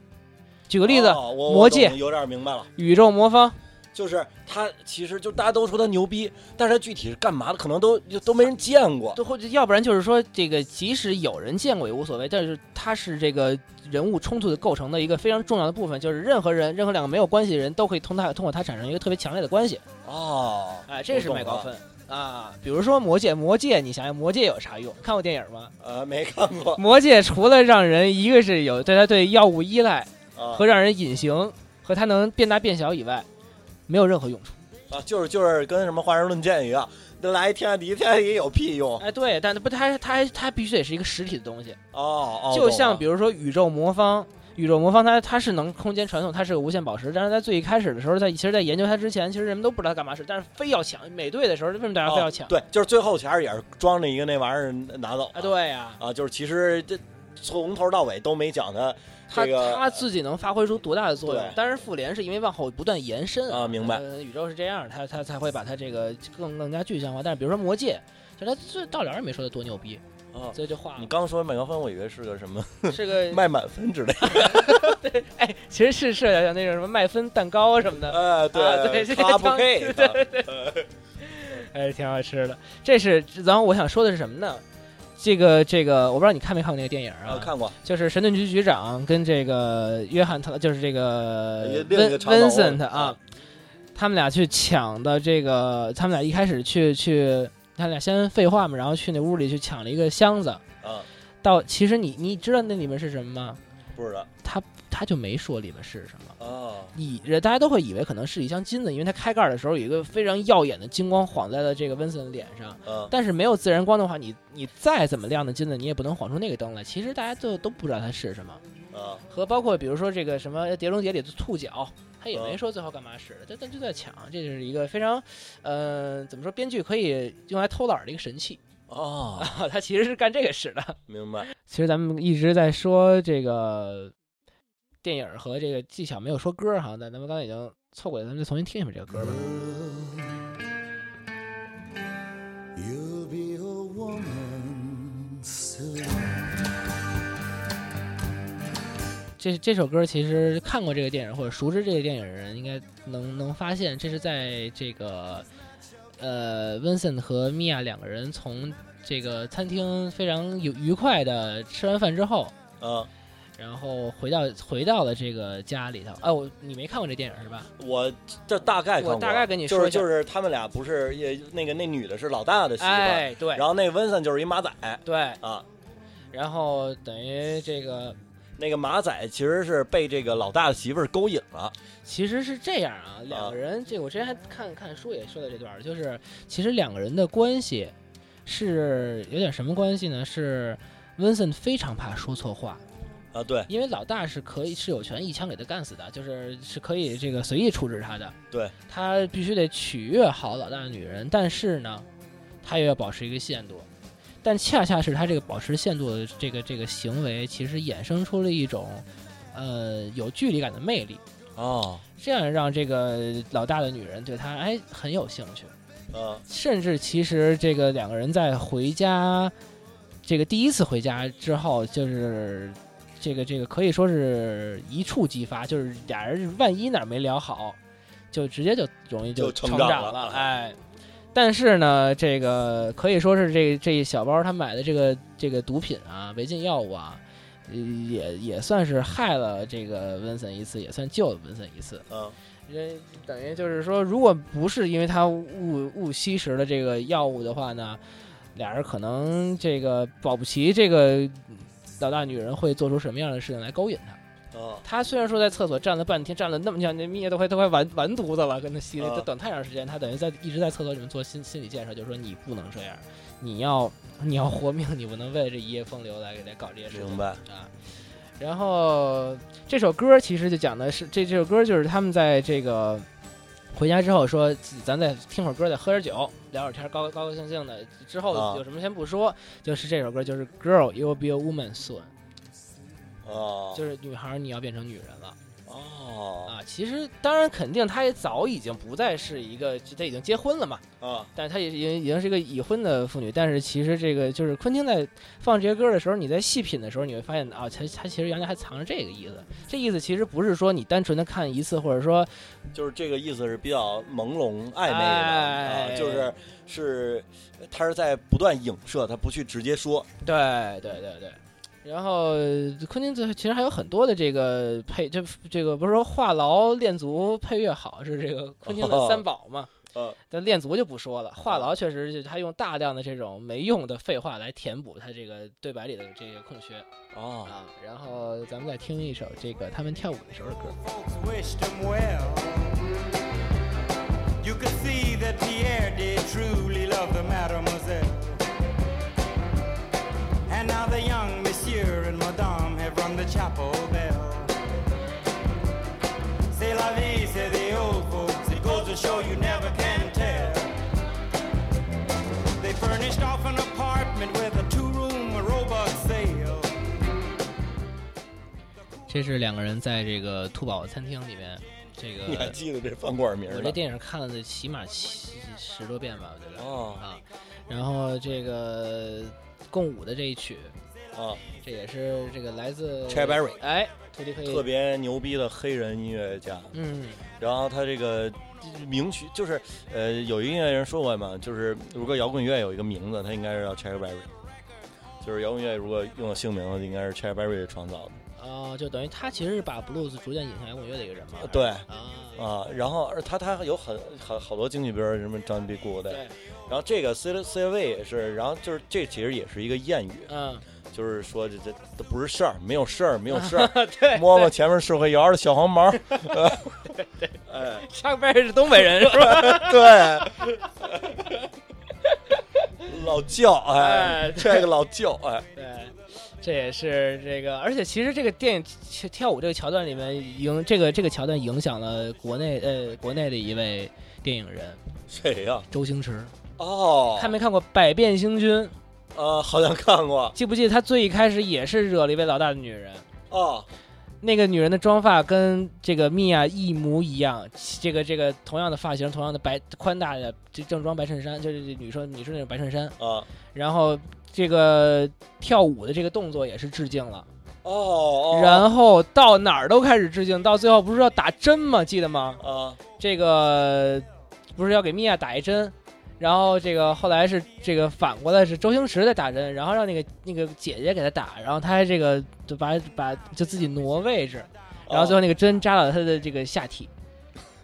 举个例子，
哦我
魔戒
我懂有点明白了，
宇宙魔方。
就是他其实就大家都说他牛逼，但是他具体是干嘛的，可能都就都没人见过。
对，或者要不然就是说，这个即使有人见过也无所谓，但是它是这个人物冲突的构成的一个非常重要的部分，就是任何人、任何两个没有关系的人都可以通它通过它产生一个特别强烈的关系。
哦，
哎，这是
我懂
麦高
了
芬啊。比如说魔戒，魔戒，你想想魔戒有啥用？看过电影吗？
呃，没看过
魔戒除了让人一个是有对它对药物依赖
啊
和让人隐形和它能变大变小以外，没有任何用处。
啊，就是就是跟什么华人论剑一样，那来天下第一，天下第一有屁用？
哎，对，但不，它它还它必须得是一个实体的东西。
哦哦，
就像比
如
如说宇宙魔方，宇宙魔方它它是能空间传送，它是个无限宝石。但是在最一开始的时候，在其实，在研究它之前，其实人们都不知道它干嘛使，但是非要抢美队的时候，为什么大家非要抢？
哦对，就是最后前儿也是装着一个那玩意儿拿走
啊，对呀、
啊，就是其实这从头到尾都没讲他
它
这个
它自己能发挥出多大的作用
对？
当然，复联是因为往后不断延伸
啊明白
呃宇宙是这样，它它才会把它这个更更加具象化。但是，比如说魔戒，就它最到了也没说它多牛逼，
啊。
所以就化
你刚说麦高芬，我以为是个什么
了，是个
卖满分之类的。
哎，其实是是有点像那种什么麦芬蛋糕什么的，
呃，
啊对这个
他不
当
配。
哎，挺好吃的。这是，然后我想说的是什么呢？这个这个，我不知道你看没看过那个电影啊？
啊，看过
就是神盾局局长跟这个约翰特，就是这
也
个
哎另一
温
个长头发
呃 Vincent 啊，他们俩去抢的这个，他们俩一开始去去，他俩先废话嘛，然后去那屋里去抢了一个箱子。
啊，
到其实你你知道那里面是什么吗？
不知道
他就没说里面是什么。
啊
以人大家都会以为可能是一箱金子，因为他开盖的时候有一个非常耀眼的金光晃在了这个温森的脸上。
啊
但是没有自然光的话，你你再怎么亮的金子，你也不能晃出那个灯来。其实大家都都不知道它是什么，
啊！
和包括比如说这个什么呃《碟中谍》里的触角，他也
嗯
没说最后干嘛使的，但但就在抢，这就是一个非常，呃，怎么说，编剧可以用来偷懒儿的一个神器
哦，
啊，他其实是干这个使的。
明白。
其实咱们一直在说这个电影儿和这个技巧，没有说歌儿哈，但咱们刚才已经错过了，咱们就重新听一遍这个歌儿吧。
You'll be a woman soon.
这这首歌其实看过这个电影或者熟知这个电影的人，应该能能发现，这是在这个呃，Vincent 和 Mia 两个人从这个餐厅非常有愉快的吃完饭之后，
啊，
然后回到回到了这个家里头。哎、我你没看过这电影是吧？
我这大概看过
我大概跟你
就
说
是
一下
就是他们俩不是也那个那女的是老大的媳妇儿，
哎，对
然后那温森就是一马仔
对，
啊。
然后等于这个
那个马仔其实是被这个老大的媳妇儿勾引了，
其实是这样啊，两个人，这我之前还看看书也说到这段儿，就是其实两个人的关系是有点什么关系呢？是 Vincent 非常怕说错话，
啊，对
因为老大是可以是有权一枪给他干死的，就是是可以这个随意处置他的。
对，
他必须得取悦好老大的女人，但是呢，他又要保持一个限度。但恰恰是他这个保持限度的这个这个行为，其实衍生出了一种，呃，有距离感的魅力。
哦，
这样让这个老大的女人对他哎很有兴趣，
嗯
甚至其实这个两个人在回家，这个第一次回家之后，就是这个这个可以说是一触即发，就是俩人万一哪儿没聊好，就直接就容易
就
成
成
长
长了
哎。但是呢，这个可以说是这这一小包他买的这个这个毒品啊，违禁药物啊，呃也也算是害了这个温森一次，也算救了温森一次。
嗯
人等于就是说，如果不是因为他误误吸食了这个药物的话呢，俩人可能这个保不齐这个老大女人会做出什么样的事情来勾引他。
啊，
他虽然说在厕所站了半天，站了那么长，那蜜爷都快都快完完犊子了，跟他吸了，
啊
他等太长时间，他等于在一直在厕所里面做心心理建设，就是说你不能这样，你要你要活命，你不能为了这一夜风流来给他搞这些事情。
明白
啊。然后这首歌其实就讲的是这这首歌就是他们在这个回家之后说，自咱再听会儿歌，再喝点酒，聊会儿天儿，高高高兴兴的。之
啊
后有什么先不说，就是这首歌就是 Girl You'll Be a Woman Soon，
啊，
就是女孩儿你要变成女人了。
哦
啊，其实当然肯定，她也早已经不再是一个，就她已经结婚了嘛，
啊，
但是她也已经已经是一个已婚的妇女。但是其实这个就是昆汀在放这些歌的时候，你在细品的时候，你会发现啊，他他其实原来还藏着这个意思。这意思其实不是说你单纯的看一次，或者说
就是这个意思是比较朦胧暧昧的啊，
哎
就是是他是在不断影射，他不去直接说
对对对对。然后呃昆汀最其实还有很多的这个配，这这个不是说话痨练足配乐好是这个昆汀的三宝嘛？
呃
但练足就不说了，话
啊
痨确实是他用大量的这种没用的废话来填补他这个对白里的这个空缺
啊，
啊。然后咱们再听一首这个他们跳舞的时候的歌。
folks wished him well. You could see that Pierre did truly love the mademoiselle. And now the young monsieur and madame have rung the chapel bell. C'est la vie, say the old folks. It goes to show you never can tell. They furnished off an apartment with a two-room robot sale.
这是两个人在这个兔宝餐厅里面，这
你还
个
记得这饭馆 名
我这
呢？
电影看了起码七十多遍吧，我觉得、
哦
啊。然后这个共舞的这一曲，
啊，
这也是这个来自
Chai Berry
哎，特地可以
特别牛逼的黑人音乐家，
嗯
然后他这个名曲就是呃，有一个音乐人说过嘛，就是如果摇滚乐有一个名字，它应该是叫 Cherry Berry，就是摇滚乐如果用了姓名的话，应该是 Cherry Berry 创造的。
哦，就等于他其实是把 blues 逐渐引向摇滚乐的一个人嘛。
对
啊，
啊，然后而他他有很好好多京剧片儿，什么 John B. Good，
对，
然后这个 C C V 也是，然后就是这其实也是一个谚语，
嗯，
就是说这这这不是事儿，没有事儿，没有事儿，
对
摸摸前面是会摇的小黄毛儿，呃
上边是东北人是吧？
哎，对，老叫哎
哎，
这个老叫哎，
对，这也是这个，而且其实这个电影其跳舞这个桥段里面影这个这个桥段影响了国内呃国内的一位电影人
谁呀？
周星驰，
哦，
看没看过《百变星君》？
呃，好像看过
记不记得他最一开始也是惹了一位老大的女人？
哦，
那个女人的妆发跟这个米娅一模一样，这个这个同样的发型，同样的白宽大的这正装白衬衫，就是女生女生那种白衬衫，
啊，
然后这个跳舞的这个动作也是致敬了，
哦哦，
然后到哪儿都开始致敬，到最后不是要打针吗？记得吗？
啊
这个不是要给米娅打一针，然后这个后来是这个反过来是周星驰在打针，然后让那个那个姐姐给他打，然后他还这个就把把就自己挪位置，
哦
然后最后那个针扎到了他的这个下体。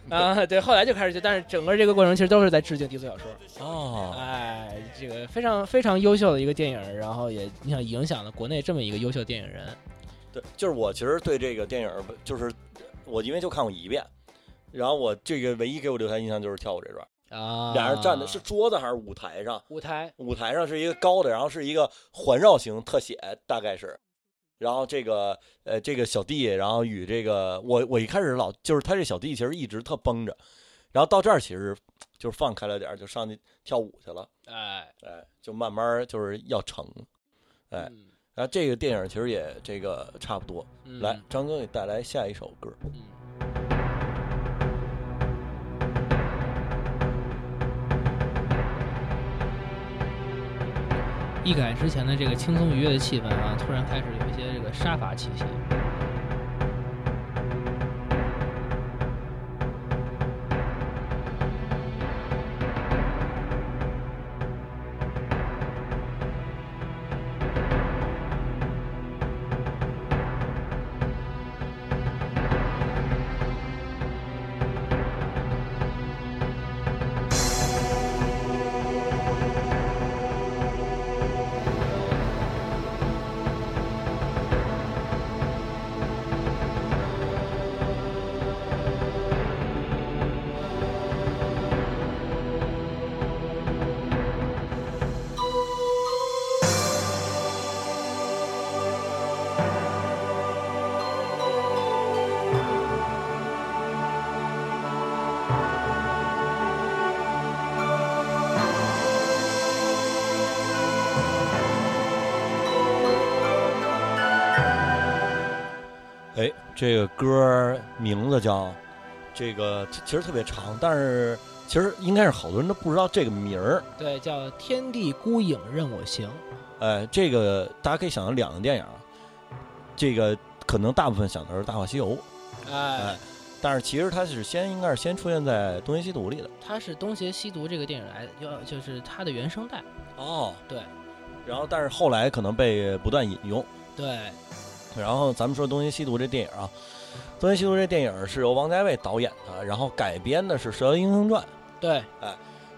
啊，对，后来就开始就，但是整个这个过程其实都是在致敬低俗小说，
哦，
哎，这个非常非常优秀的一个电影，然后也你想影响了国内这么一个优秀电影人，
对，就是我其实对这个电影儿，就是我因为就看过一遍，然后我这个唯一给我留下印象就是跳舞这段儿，
啊，
俩人站的是桌子还是舞台上？
舞台，
舞台上是一个高的，然后是一个环绕型特写，大概是。然后这个呃，这个小弟，然后与这个我我一开始老就是他这小弟其实一直特绷着，然后到这儿其实就是放开了点儿，就上去跳舞去了，
哎，
哎，就慢慢儿就是要成。哎
嗯，
然后这个电影其实也这个差不多。
嗯
来，张哥给带来下一首歌。
一改之前的这个轻松愉悦的气氛啊，突然开始有一些这个杀伐气息。
Thank
哎这个歌儿名字叫这个，其其实特别长，但是其实应该是好多人都不知道这个名儿。
对，叫《天地孤影任我行》。
哎，这个大家可以想到两个电影儿，这个可能大部分想的是《大话西游》，
哎
哎，但是其实它是先应该是先出现在《东邪西毒》里的。
它是《东邪西毒》这个电影来，要就是它的原声带。
哦，
对
然后但是后来可能被不断引用。
对，
然后咱们说《东邪西毒》这电影啊，《东邪西毒》这电影是由王家卫导演的，然后改编的是《射雕英雄传》。
对，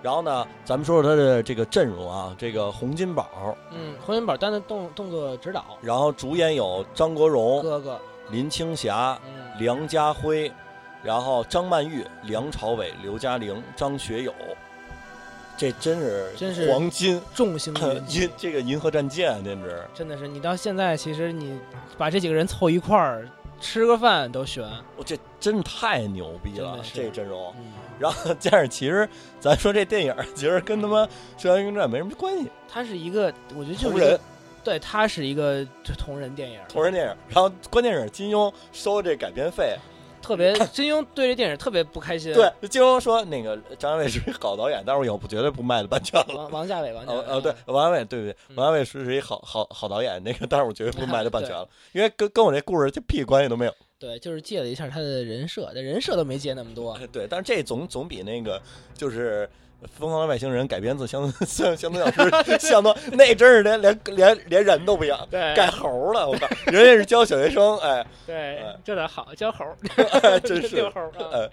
然后呢，咱们说说他的这个阵容啊，这个洪金宝，
嗯，洪金宝担的动动作指导，
然后主演有张国荣、
哥哥，
林青霞、
嗯，
梁家辉，然后张曼玉、梁朝伟、刘嘉玲、张学友，这真是
真是嗯
黄金
众星云集
银，这个银河战舰，啊简直
真的是你到现在，其实你把这几个人凑一块儿吃个饭都悬。
我哦这真是太牛逼
真
了
的，是
这阵容。
嗯，
然后，但是其实咱说这电影儿其实跟他妈《射雕英雄传》没什么关系，
它是一个，我觉得就是
同
一个
人
对，它是一个就同人电影，
同人电影儿。然后关键是金庸收这改编费，
特别金庸对这电影特别不开心。
对，，金庸说那个张家卫是一好导演，但是我以后不绝对不卖他版权了。
王王家卫，王家卫，啊
哦哦，对，王家卫，对对对，
嗯
王家卫是是一好好好导演，那个，但是我绝对不卖他版 权了，因为跟跟我这故事就屁关系都没有。
对，就是借了一下他的人设，但人设都没借那么多。
对，但是这总总比那个就是《疯狂的外星人》改编自乡村乡乡村 小吃相当，那真是连连连连人都不养，
对
改猴了，我靠，人家是教小学生，哎，
对
哎，
这点好，教 猴儿，
真是
遛猴儿啊。
呃，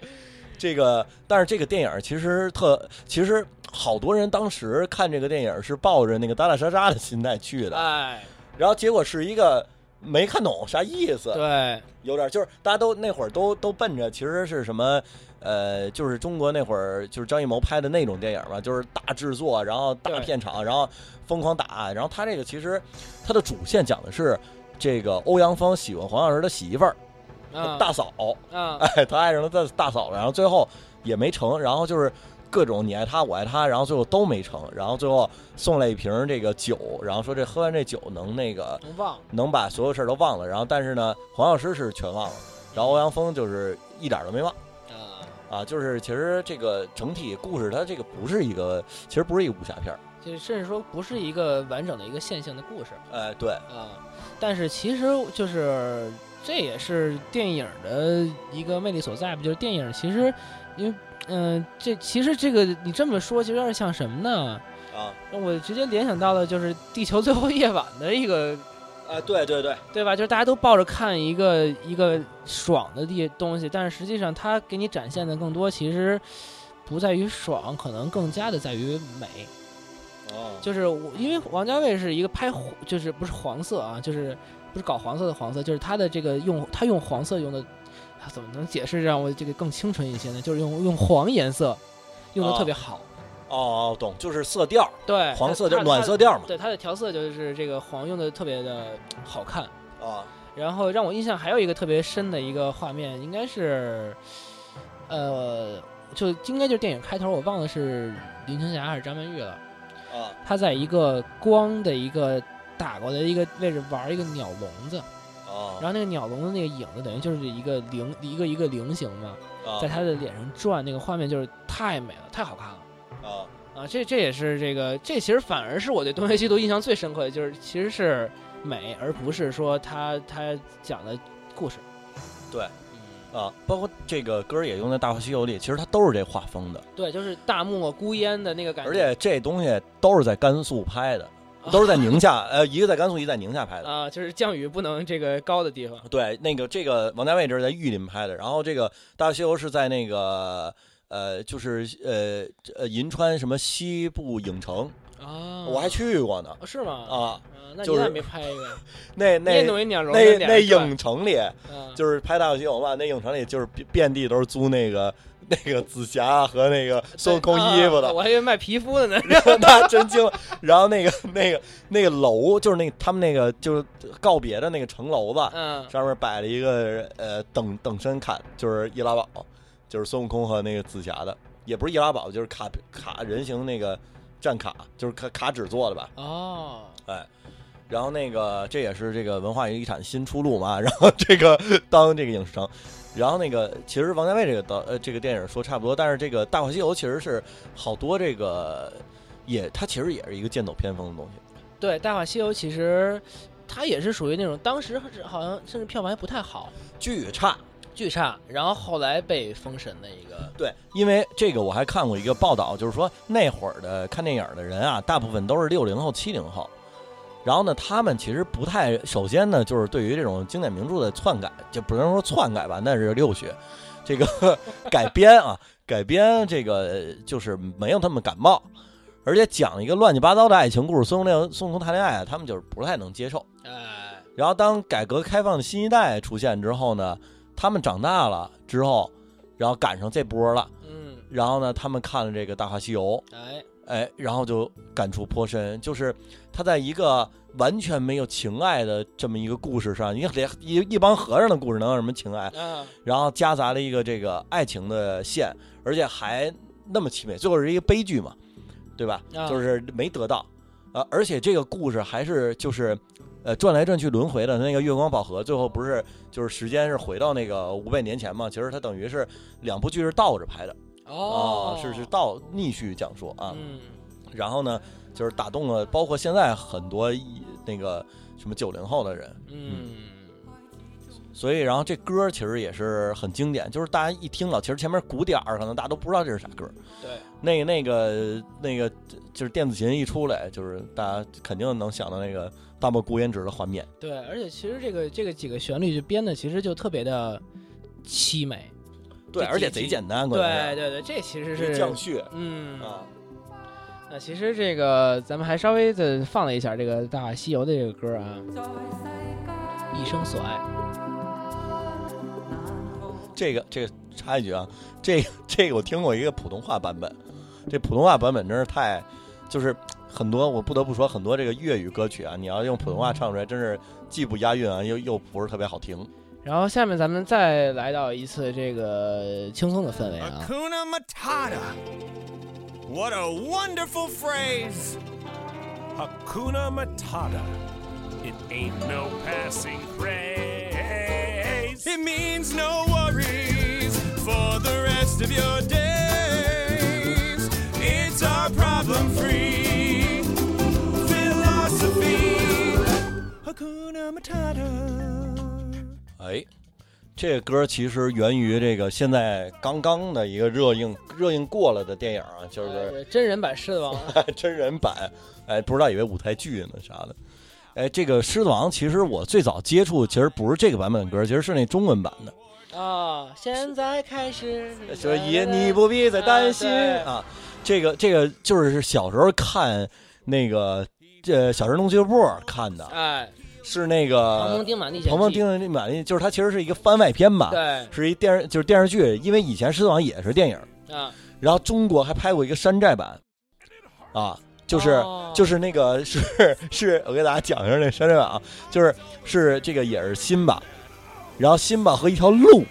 这个，但是这个电影儿其实特，其实好多人当时看这个电影儿是抱着那个打打杀杀的心态去的，
哎，
然后结果是一个没看懂啥意思，
对，
有点儿就是大家都那会儿都都奔着其实是什么，呃，就是中国那会儿就是张艺谋拍的那种电影儿嘛，就是大制作，然后大
对
片场，然后疯狂打，然后他这个其实他的主线讲的是这个欧阳锋喜欢黄药师的媳妇儿、
啊
大嫂，
啊，
哎，他爱上了大大嫂了，然后最后也没成，然后就是各种你爱他我爱他，然后最后都没成，然后最后送来一瓶这个酒，然后说这喝完这酒能那个
能忘
能把所有事儿都忘了，然后但是呢，黄药师是全忘了，然后欧阳锋就是一点儿都没忘
啊。
啊，就是其实这个整体故事它这个不是一个，其实不是一个武侠片儿，
就是甚至说不是一个完整的一个线性的故事
哎，对，
啊。但是其实就是这也是电影的一个魅力所在吧，就是电影其实因为。嗯，这其实这个你这么说，其实有点像什么呢？
啊
让我直接联想到了就是《地球最后夜晚》的一个，
啊，对对对，
对吧？就是大家都抱着看一个一个爽的地东西，但是实际上它给你展现的更多，其实不在于爽，可能更加的在于美。
哦，
就是我，因为王家卫是一个拍黄，就是不是黄色啊，就是不是搞黄色的黄色，就是他的这个用他用黄色用的，啊怎么能解释让我这个更清纯一些呢？就是用用黄颜色，用的
啊
特别好，
哦，懂，就是色调儿，
对，
黄色调
他
暖色，调儿
他
嘛，
对他的调色就是这个黄用的特别的好看。
啊，
然后让我印象还有一个特别深的一个画面，应该是，呃，就应该就是电影开头，我忘了是林青霞还是张曼玉了。
啊
他在一个光的一个打过来的一个位置玩一个鸟笼子，然
啊
后那个鸟笼子那个影子等于就是一个菱一个一个菱形嘛，
啊，
在他的脸上转，那个画面就是太美了，太好看了
啊。
啊！这这也是这个这其实反而是我对东邪西毒印象最深刻的，就是其实是美，而不是说他他讲的故事。
对
嗯，
啊，包括这个歌儿也用在《大话西游》里，其实它都是这画风的，
对，就是大漠孤烟的那个感觉，
而且这东西都是在甘肃拍的，
哦
都是在宁夏，呃，一个在甘肃，一个在宁夏拍的。
啊，就是降雨不能这个高的地方，
对，那个这个王家卫这是在玉林拍的，然后这个《大话西游》是在那个呃，就是呃这呃银川什么西部影城，
啊，
我还去过呢
哦是吗？
啊，
啊，那
就
你咋
是
没拍一个？
那
你也
那
弄一鸟笼
那
在脸
那
上转
影城里
啊
就是拍《大话西游》嘛，那影城里就是遍遍地都是租那个那个紫霞和那个孙悟空衣服
啊啊啊
的，
我还以为卖皮肤的呢。
然后他真惊了。然后那个那个那个楼，就是那他们那个就是告别的那个城楼子，
嗯，
上面摆了一个呃等等身卡，就是易拉宝，就是孙悟空和那个紫霞的，也不是易拉宝，就是卡卡人形那个战卡，就是卡卡纸做的吧。
哦，
哎，然后那个这也是这个文化遗产新出路嘛， 然后这个当这个影视城，然后那个其实王家卫这个导呃这个电影说差不多，但是这个《大话西游》其实是好多这个也它其实也是一个剑走偏锋的东西。
对，《大话西游》其实它也是属于那种当时好像甚至票房还不太好，
巨差。
巨差，然后后来被封神的一个。
对，因为这个我还看过一个报道，就是说那会儿的看电影的人啊，大部分都是六零后、七零后。然后呢，他们其实不太，首先呢，就是对于这种经典名著的篡改，就不能说篡改吧，那是六学，这个 改编啊，改编这个就是没有他们感冒，而且讲一个乱七八糟的爱情故事，孙红雷、孙悟空谈恋爱啊，他们就是不太能接受。
哎，
然后当改革开放的新一代出现之后呢，他们长大了之后，然后赶上这波了，
嗯，
然后呢，他们看了这个《大话西游
哎，》，
哎，然后就感触颇深，就是他在一个完全没有情爱的这么一个故事上，一个一一帮和尚的故事能有什么情爱？
啊，
然后夹杂了一个这个爱情的线，而且还那么凄美，最后是一个悲剧嘛，对吧？
啊
就是没得到，呃，而且这个故事还是就是，呃，转来转去轮回的那个月光宝盒，最后不是就是时间是回到那个五百年前嘛？其实它等于是两部剧是倒着拍的
哦
啊，，是是倒逆序讲述啊。
嗯，
然后呢，就是打动了包括现在很多一那个什么九零后的人，
嗯，
所以，然后这歌其实也是很经典，就是大家一听了，其实前面鼓点儿，可能大家都不知道这是啥歌。
对，
那个、那个、那个，就是电子琴一出来，就是大家肯定能想到那个大漠孤烟直的画面。
对，而且其实这个这个几个旋律就编的其实就特别的凄美。
对，而且贼简单，关
对
键
对对，这其实
是一
是
降序
嗯
啊，
那其实这个咱们还稍微的放了一下这个《大话西游》的这个歌啊，《一生所爱》。
这个这个插一句啊，这个、这个我听过一个普通话版本，这普通话版本真是太，就是很多我不得不说很多这个粤语歌曲啊，你要用普通话唱出来，真是既不押韵啊，又又不是特别好听。
然后下面咱们再来到一次这个轻松的氛围啊，
Hakuna Matata. What a wonderful phrase.
Hakuna Matata. It ain't no passing craze.
It means no worries for the rest of your days. It's our problem free philosophy. Hakuna Matata.
哎，这歌其实源于这个现在刚刚的一个热映热映过了的电影啊，就是
呃真人版《狮子王》啊
真人版，哎，不知道以为舞台剧呢啥的。哎，这个《狮子王》其实我最早接触其实不是这个版本的歌，其实是那中文版的。
啊，现在开始。
所以你不必再担心
啊
啊，这个这个就是小时候看那个这小神龙俱乐部看的
对，哎，
是那
《唐
个
蒙丁满历险记》
彭彭丁的那满意，就是它其实是一个番外篇吧。
对
是一电视，就是电视剧，因为以前《狮子王》也是电影，
啊，
然后中国还拍过一个山寨版，啊，就是、
哦
就是那个是是我给大家讲一下那山寨版啊，就是是这个也是辛巴，然后辛巴和一条鹿，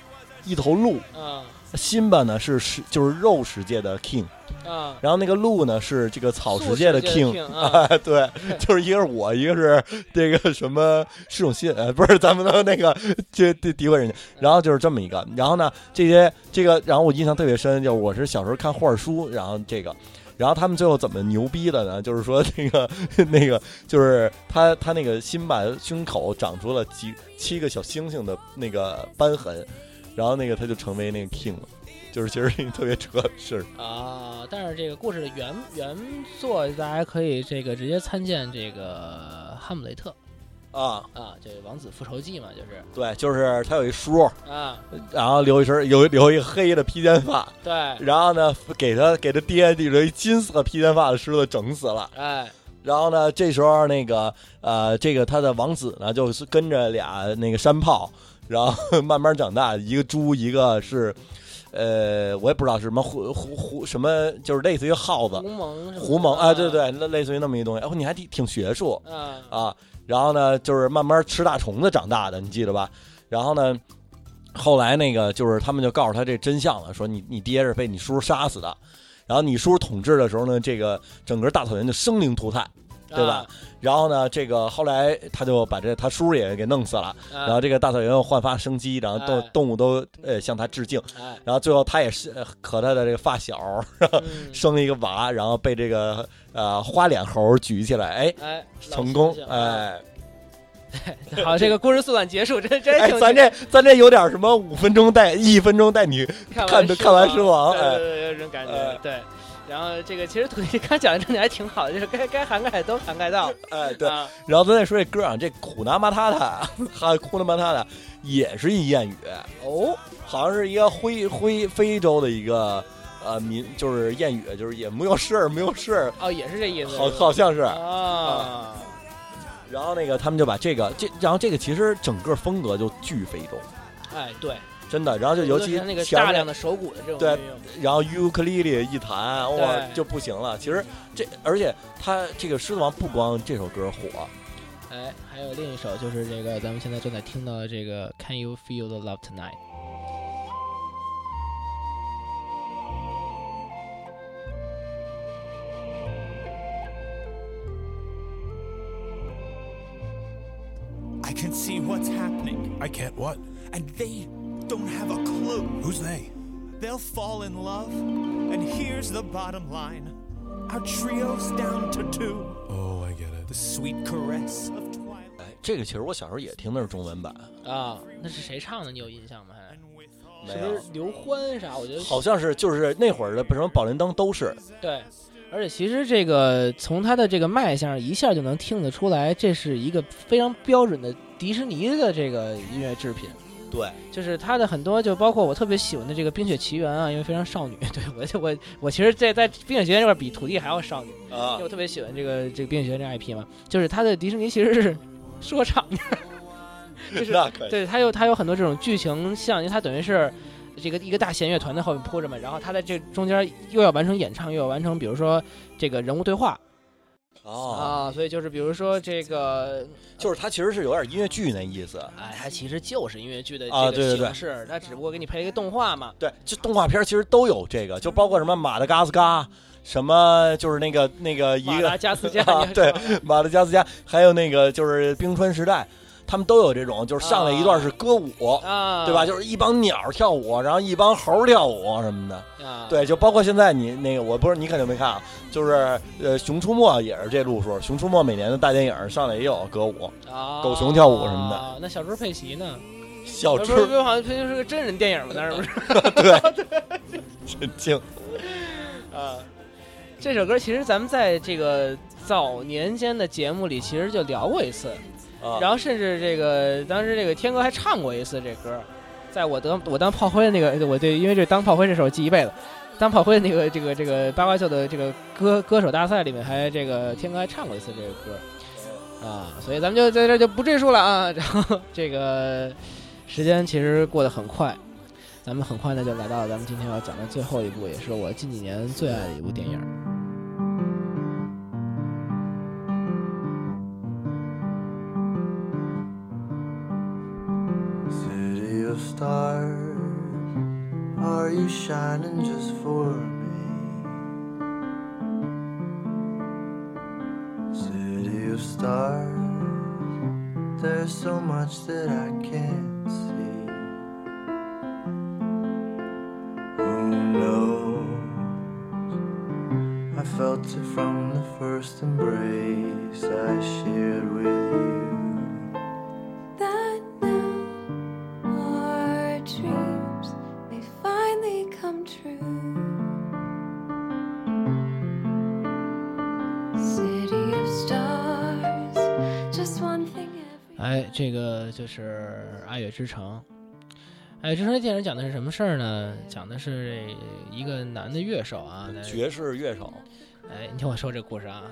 一头鹿，
啊
辛巴呢是是就是肉食界的 king，
啊，
然后那个鹿呢是这个草食界的
素食界的
king。
king，啊
啊，对，就是一个是我，一个是这个什么释永信，呃，不是，咱们能那个这诋诋毁人家。然后就是这么一个，然后呢，这些这个，然后我印象特别深，就是我是小时候看画书，然后这个。然后他们最后怎么牛逼的呢？就是说那个 那个，就是他他那个辛巴胸口长出了几七个小星星的那个斑痕，然后那个他就成为那个 king 了，就是其实是一个特别扯的事儿。
啊，但是这个故事的原原作，大家可以这个直接参见这个《哈姆雷特
啊，》
啊，这《王子复仇记》嘛，就是
对，就是他有一叔，
啊，
然后留一身留留一黑的披肩发，
对，
然后呢给他给他爹留一金色披肩发的狮子整死了。
哎，
然后呢，这时候那个呃，这个他的王子呢，就是跟着俩那个山炮，然后慢慢长大，一个猪，一个是呃，我也不知道是什么狐狐狐什么，就是类似于耗子
狐獴什么的
狐獴啊，对对，类类似于那么一东西。哦，你还挺挺学术，
啊
啊，然后呢，就是慢慢吃大虫子长大的，你记得吧？然后呢，后来那个就是他们就告诉他这真相了，说你你爹是被你叔杀死的，然后你叔统治的时候呢，这个整个大草原就生灵涂炭，对吧？
啊
然后呢，这个后来他就把这他叔也给弄死了，
啊
然后这个大草原又焕发生机，然后动、
哎
动物都呃向他致敬，
哎，
然后最后他也是呃和他的这个发小
嗯
生了一个娃，然后被这个呃花脸猴举起来，哎，
哎，老啊
成功
猩猩，
哎。
好，这个故事速短结束，真真
哎
挺，
咱这咱这有点什么五分钟带一分钟带你
看
看
完
看完狮
狮
王
对
哎
对对，有这种感觉
哎，
对。然后这个其实土地刚讲的重点还挺好的，就是该该涵盖都涵盖到，
哎 对，
啊
然后咱再说这歌啊，这苦纳马塔塔哈库纳马塔塔也是一谚语哦，好像是一个灰灰非洲的一个呃民就是谚语，就是也没有事儿没有事儿，
哦，也是这意思，
好好像是。
啊，
然后那个他们就把这个这然后这个其实整个风格就巨非洲，
哎，对，
真的。然后就尤其
是那个
前
大
面
量的手鼓的这种
对
运用，
然后尤克里里一弹，哇
对
就不行了。其实这而且他这个狮子王不光这首歌火，
哎，还有另一首就是这个咱们现在正在听到的这个 Can You Feel the Love Tonight？
I can see what's happening,
I can't what?
and they don't have a clue.
Who's they?
They'll fall in love, and here's the bottom line our trio's down to two.
Oh, I get it.
The sweet caress of twilight.
哎，这个其实我小时候也听的是中文版，
啊，那是谁唱的？你有印象吗？还
没
是不
有
是，哎刘欢啥？我觉得
好像是就是那会儿的什么宝莲灯都是，
对。而且其实这个从他的这个卖相一下就能听得出来，这是一个非常标准的迪士尼的这个音乐制品。
对，
就是他的很多，就包括我特别喜欢的这个《冰雪奇缘》啊，因为非常少女。 对我就我我其实这在《冰雪奇缘》这块比土地还要少女。因
啊
为我特别喜欢这个这个《冰雪奇缘》这 IP 嘛，就是它的迪士尼其实是说唱的，就是
那可以
对它有它有很多这种剧情像，因为它等于是这个一个大弦乐团在后面铺着嘛，然后它在这中间又要完成演唱，又要完成比如说这个人物对话
哦，
啊，所以就是比如说这个，
就是它其实是有点音乐剧那意思。
哎，它其实就是音乐剧的
啊
这
对
个
对对
形式，它只不过给你配了一个动画嘛，
对，就动画片其实都有这个，就包括什么马达嘎斯加，什么就是那个那个一
马
个
达加斯加
啊，对，马达加斯加，还有那个就是冰川时代，他们都有这种，就是上来一段是歌舞，
啊，
对吧？？就是一帮鸟儿跳舞，然后一帮猴儿跳舞什么的。
啊，
对，就包括现在你那个，我不是你肯定没看啊，就是呃，《熊出没》也是这路数，《熊出没》每年的大电影上来也有歌舞，
啊，
狗熊跳舞什么的
啊。那小猪佩奇呢？
小
不
猪
是不是，好像这就是个真人电影嘛，当然不是。
神经。
啊，这首歌其实咱们在这个早年间的节目里其实就聊过一次，
啊
然后甚至这个当时这个天哥还唱过一次这歌，在我当我当炮灰的那个，我对因为这当炮灰这首记一辈子。当炮灰的那个这个这个八卦秀的这个歌歌手大赛里面还这个天哥还唱过一次这个歌，啊，所以咱们就在这儿就不赘述了啊。然后这个时间其实过得很快，咱们很快呢就来到咱们今天要讲的最后一部，也是我近几年最爱的一部电影。
City of stars, are you shining just for me? City of stars, there's so much that I can't see. Who knows? I felt it from the first embrace I shared with you.
That now our dreams may finally come true. City of stars, just one thing every
哎，这个就是《爱乐之城》。《爱乐之城》这电影讲的是什么事儿呢？讲的是一个男的乐手啊，男
爵士乐手，
哎，你听我说这故事啊，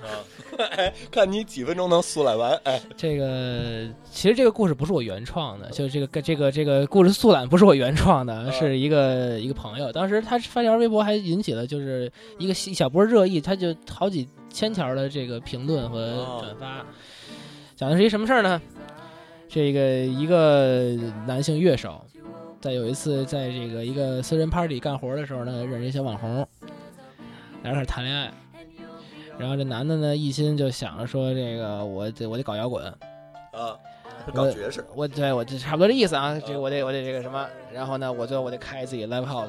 哎，看你几分钟能速览完，哎，
这个其实这个故事不是我原创的，就是这个这个这个故事素览不是我原创的，是一个一个朋友，当时他发条微博还引起了就是一个一小波热议，他就好几千条的这个评论和
哦
转发，讲的是一什么事儿呢？这个一个男性乐手，在有一次在这个一个私人 party 干活的时候呢，认识一小网红，俩人开始谈恋爱。然后这男的呢，一心就想着说这个我得我得搞摇滚，
啊，搞爵士，
我对我这差不多这意思啊，这个我得我得这个什么，然后呢，我最后我得开自己 live house，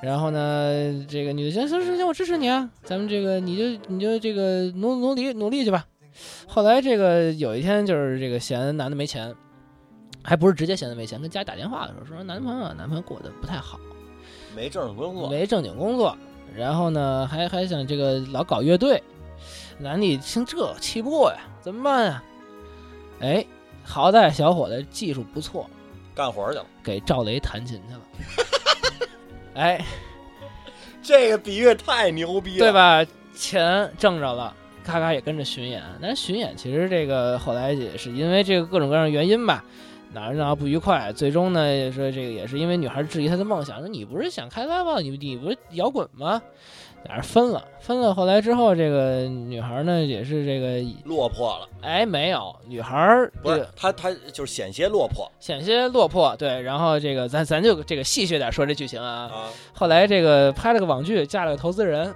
然后呢，这个女的行行行行，我支持你啊，咱们这个你就你就这个努努力努力去吧。后来这个有一天就是这个嫌男的没钱，还不是直接嫌他没钱，跟家打电话的时候说男朋友啊男朋友过得不太好，
没正经工作，
没正经工作，然后呢还还想这个老搞乐队，男的一听这气不过呀，怎么办呀？哎，好歹小伙子技术不错，
干活去了。
给赵雷弹琴去了。 哎，
这个比喻太牛逼了，
对？吧？钱挣着了，咔咔也跟着巡演。但巡演其实这个后来也是因为这个各种各样的原因吧，哪儿哪儿不愉快。最终呢，也说这个也是因为女孩质疑他的梦想，说你不是想开发吗？你你不是摇滚吗？俩人分了，分了。后来之后，这个女孩呢也是这个，
落魄了，
哎，没有女孩儿
不
这
是
个
他，他就是险些落魄
险些落魄，对。然后这个咱咱就这个戏谑点说这剧情啊，
啊
后来这个拍了个网剧，嫁了个投资人，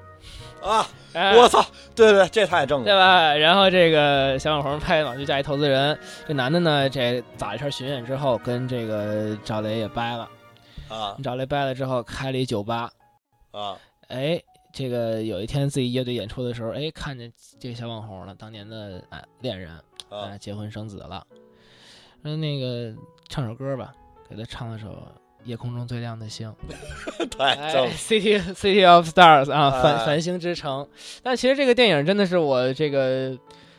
啊！
哎、
我操，对对，这太正
对
了，
吧？然后这个小网红拍网剧嫁一投资人，这男的呢，这打一圈巡演之后，跟这个赵雷也掰了，
啊
赵雷掰了之后开了一酒吧，
啊！
哎。这个有一天自己乐队演出的时候，哎，看见这个小网红了，当年的哎恋人，
啊
哎，结婚生子了。说那个唱首歌吧，给他唱了首《夜空中最亮的星》。
太正
哎
了，
，City City of Stars 啊，繁
哎
繁星之城。但其实这个电影真的是我这个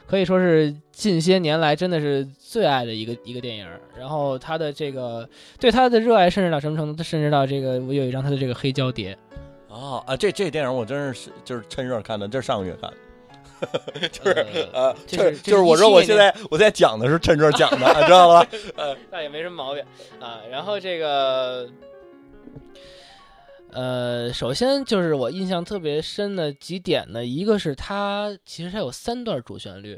可以说是近些年来真的是最爱的一个一个电影。然后他的这个对他的热爱，甚至到什么程度？甚至到这个我有一张他的这个黑胶碟，
哦啊！这这电影我真是就是趁热看的，这是上个月看的， 就是
呃
呃，
这
就是是
这
就是是我说我
17
现在我在讲的是趁热讲的，知道 吧？
那也没什么毛病啊。然后这个。呃，首先就是我印象特别深的几点呢，一个是它其实它有三段主旋律，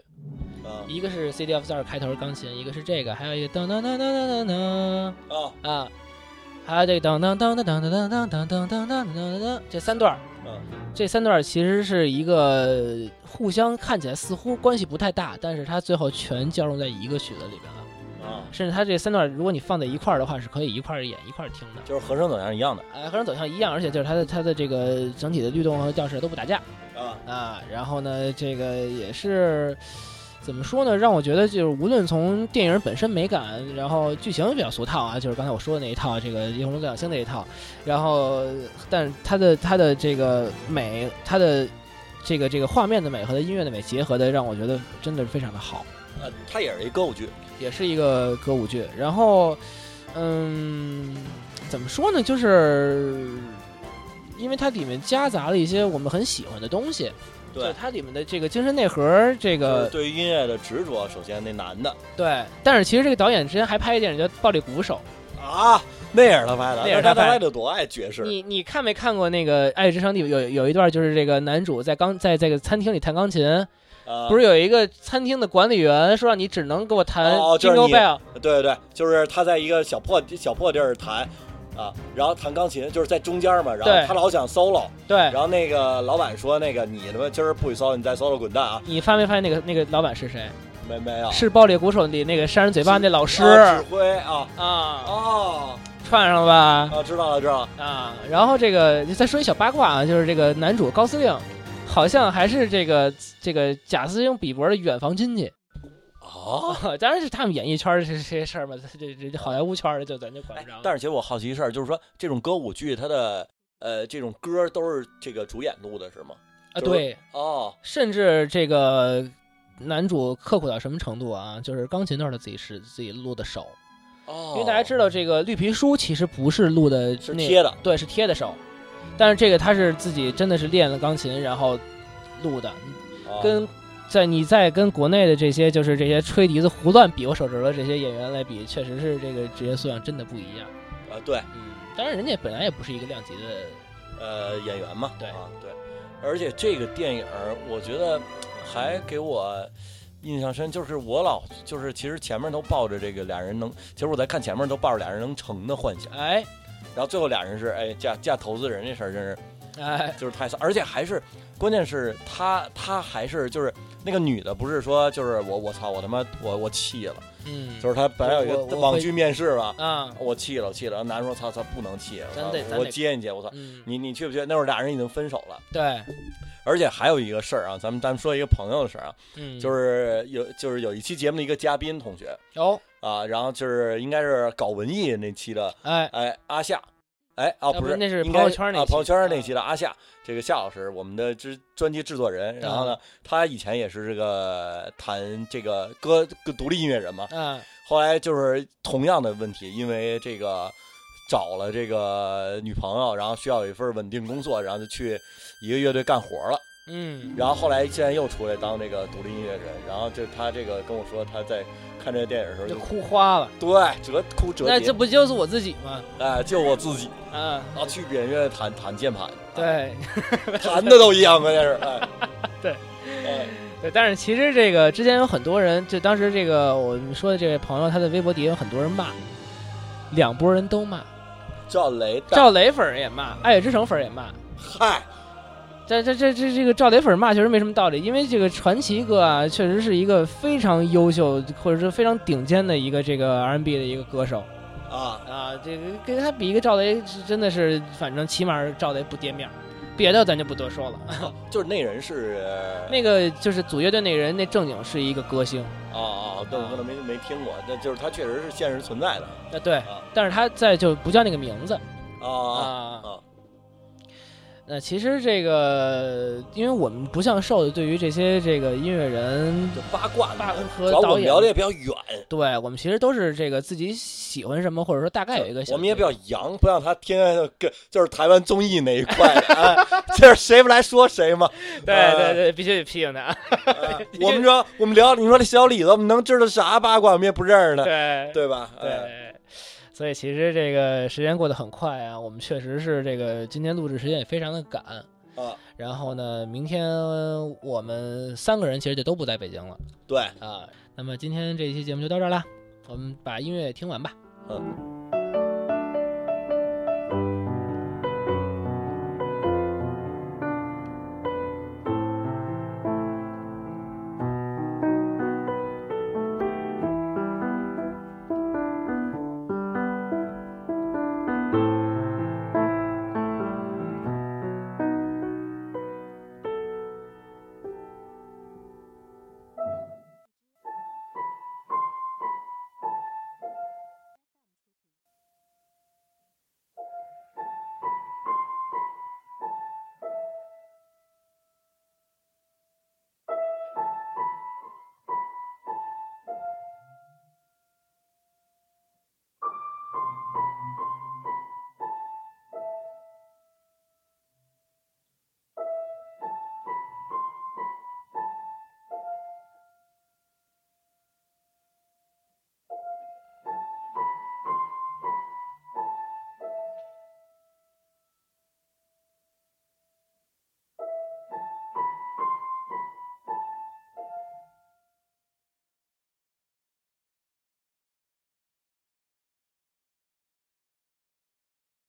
啊
一个是 CD F 四二开头的钢琴，一个是这个，还有一个噔噔噔噔噔噔
啊
噔啊，还有这个噔噔噔噔噔噔噔噔噔噔噔噔噔噔，这三段儿，
嗯
这三段儿其实是一个互相看起来似乎关系不太大，但是它最后全交融在一个曲子里边了。
啊！
甚至它这三段儿，如果你放在一块儿的话，是可以一块儿演一块儿听的。
就是和声走向一样的
哎，和声走向一样，而且就是它的它的这个整体的律动和调式都不打架。
啊
啊，然后呢，这个也是怎么说呢？让我觉得就是无论从电影本身美感，然后剧情也比较俗套啊，就是刚才我说的那一套，这个《夜空中最亮星》那一套，然后但它的它的这个美，它的这个这个画面的美和它音乐的美结合的，让我觉得真的是非常的好，
呃，它也是一歌舞剧，
也是一个歌舞剧。然后，嗯，怎么说呢？就是。因为它里面夹杂了一些我们很喜欢的东西，就是
对，
它里面的这个精神内核，这
就是
个
对于音乐的执着。首先那男的
对。但是其实这个导演之前还拍一电影叫《暴力鼓手
啊，那也是他拍的，
那也是他
他
拍的
拍的，多爱爵》士，
你你看没看过那个《爱之上帝》？有有一段就是这个男主在钢在这个餐厅里弹钢琴，
啊
不是有一个餐厅的管理员说让你只能给我弹 Jingle
哦就是你
Bell，
对对对，就是他在一个小破小破地儿弹，啊，然后弹钢琴，就是在中间嘛，然
对
后他老想 solo，
对
然。后那个老板说那个你他妈今儿不许 solo，你再 solo 滚蛋啊！
你发没发现那个那个老板是谁？
没没有，
是《暴力鼓手》里那个杀人嘴巴那老师
啊指挥啊，
啊，
哦，
串上了吧？
啊，知道了知道了，
啊，然后这个再说一小八卦啊，就是这个男主高司令，好像还是这个这个贾斯汀比伯的远房亲 戚。
哦。
哦，当然是他们演艺圈儿这这些事儿嘛，这这这好莱坞圈儿的就咱就管不着了。
哎但是其实我好奇一事儿，就是说这种歌舞剧它的呃这种歌都是这个主演录的是吗？
啊，
就是
对，
哦，
甚至这个男主刻苦到什么程度啊？就是钢琴都是他自己是自己录的手，
哦，
因为大家知道这个绿皮书其实不是录的
是
那
贴的
对，是贴的手，但是这个他是自己真的是练了钢琴然后录的，
哦
跟在你在跟国内的这些就是这些吹笛子胡乱比划手指头的这些演员来比，确实是这个职业素养真的不一样。
呃对
嗯，当然人家本来也不是一个量级的。
呃演员嘛，
对
啊对，而且这个电影儿我觉得还给我。印象深就是我老就是其实前面都抱着这个俩人能，其实我在看前面都抱着俩人能成的幻想，
哎，
然后最后俩人是哎嫁嫁投资人这事儿真是
哎，
就是太骚，而且还是，关键是他他还是就是那个女的，不是说就是我我操我他妈我我气了，
嗯，
就是他本来有一
我我
个
会
网剧面试吧，
啊，
我气了气了，男的说操操不能气，我
咱
操
得咱
我
得
接你去，我操，
嗯，
你你去不去？那会儿俩人已经分手了，
对，
而且还有一个事儿啊，咱们咱们说一个朋友的事儿啊，
嗯，
就是有就是有一期节目的一个嘉宾同学
有，
啊，然后就是应该是搞文艺那期的，
哎，
哎阿夏。哎哦，
啊不
不
是
是，
那是
应
朋友
该
圈那
啊
期
朋友圈那
啊
期的阿夏，这个夏老师，我们的之专辑制作人。然后
啊
呢，他以前也是这个弹这个歌歌独立音乐人嘛，
嗯，
后来就是同样的问题，因为这个找了这个女朋友，然后需要有一份稳定工作，然后就去一个乐队干活了。
嗯，
然后后来现在又出来当这个独立音乐人，然后就他这个跟我说他在看这个电影的时候
就
就
哭花了，
对折哭折
那
叠
这，不就是我自己吗？
哎，就我自己
啊，
啊去别人乐队弹弹 键盘，
对
弹的都一样，关键是哎
对
哎
对，但是其实这个之前有很多人，就当时这个我们说的这位朋友，他的微博底下有很多人骂，两拨人都骂，
赵雷的
赵雷粉儿也骂，爱乐之城粉儿也骂。
嗨，
这这这这这个赵雷粉儿骂确实没什么道理，因为这个传奇哥啊，确实是一个非常优秀或者是非常顶尖的一个这个 R&B 的一个歌手
啊
啊，这个跟他比一个赵雷是真的是，反正起码赵雷不跌面儿，别的咱就不多说了。
就是那人是
那个就是组乐队那人，那正经是一个歌星，
啊啊，那我可能没没听过，那就是他确实是现实存在的
啊对
啊，
但是他在就不叫那个名字
啊
啊
啊。
那其实这个，因为我们不像瘦的，对于这些这个音乐人
就八卦
八
的
和
主要我
导
们
演
聊的也比较远，
对我们其实都是这个自己喜欢什么，或者说大概有一个小。
我们也比较洋，不让他天天就跟就是台湾综艺那一块的，哎，就是谁不来说谁嘛。
对对对，必须得批评他。
呃呃我们说我们聊，你说这小李子，我们能知道啥八卦？我们也不认识他，
对
对吧？哎
对，所以其实这个时间过得很快啊，我们确实是这个今天录制时间也非常的赶。
啊，
然后呢，明天我们三个人其实就都不在北京了
对，
啊。那么今天这一期节目就到这儿了，我们把音乐听完吧。
嗯。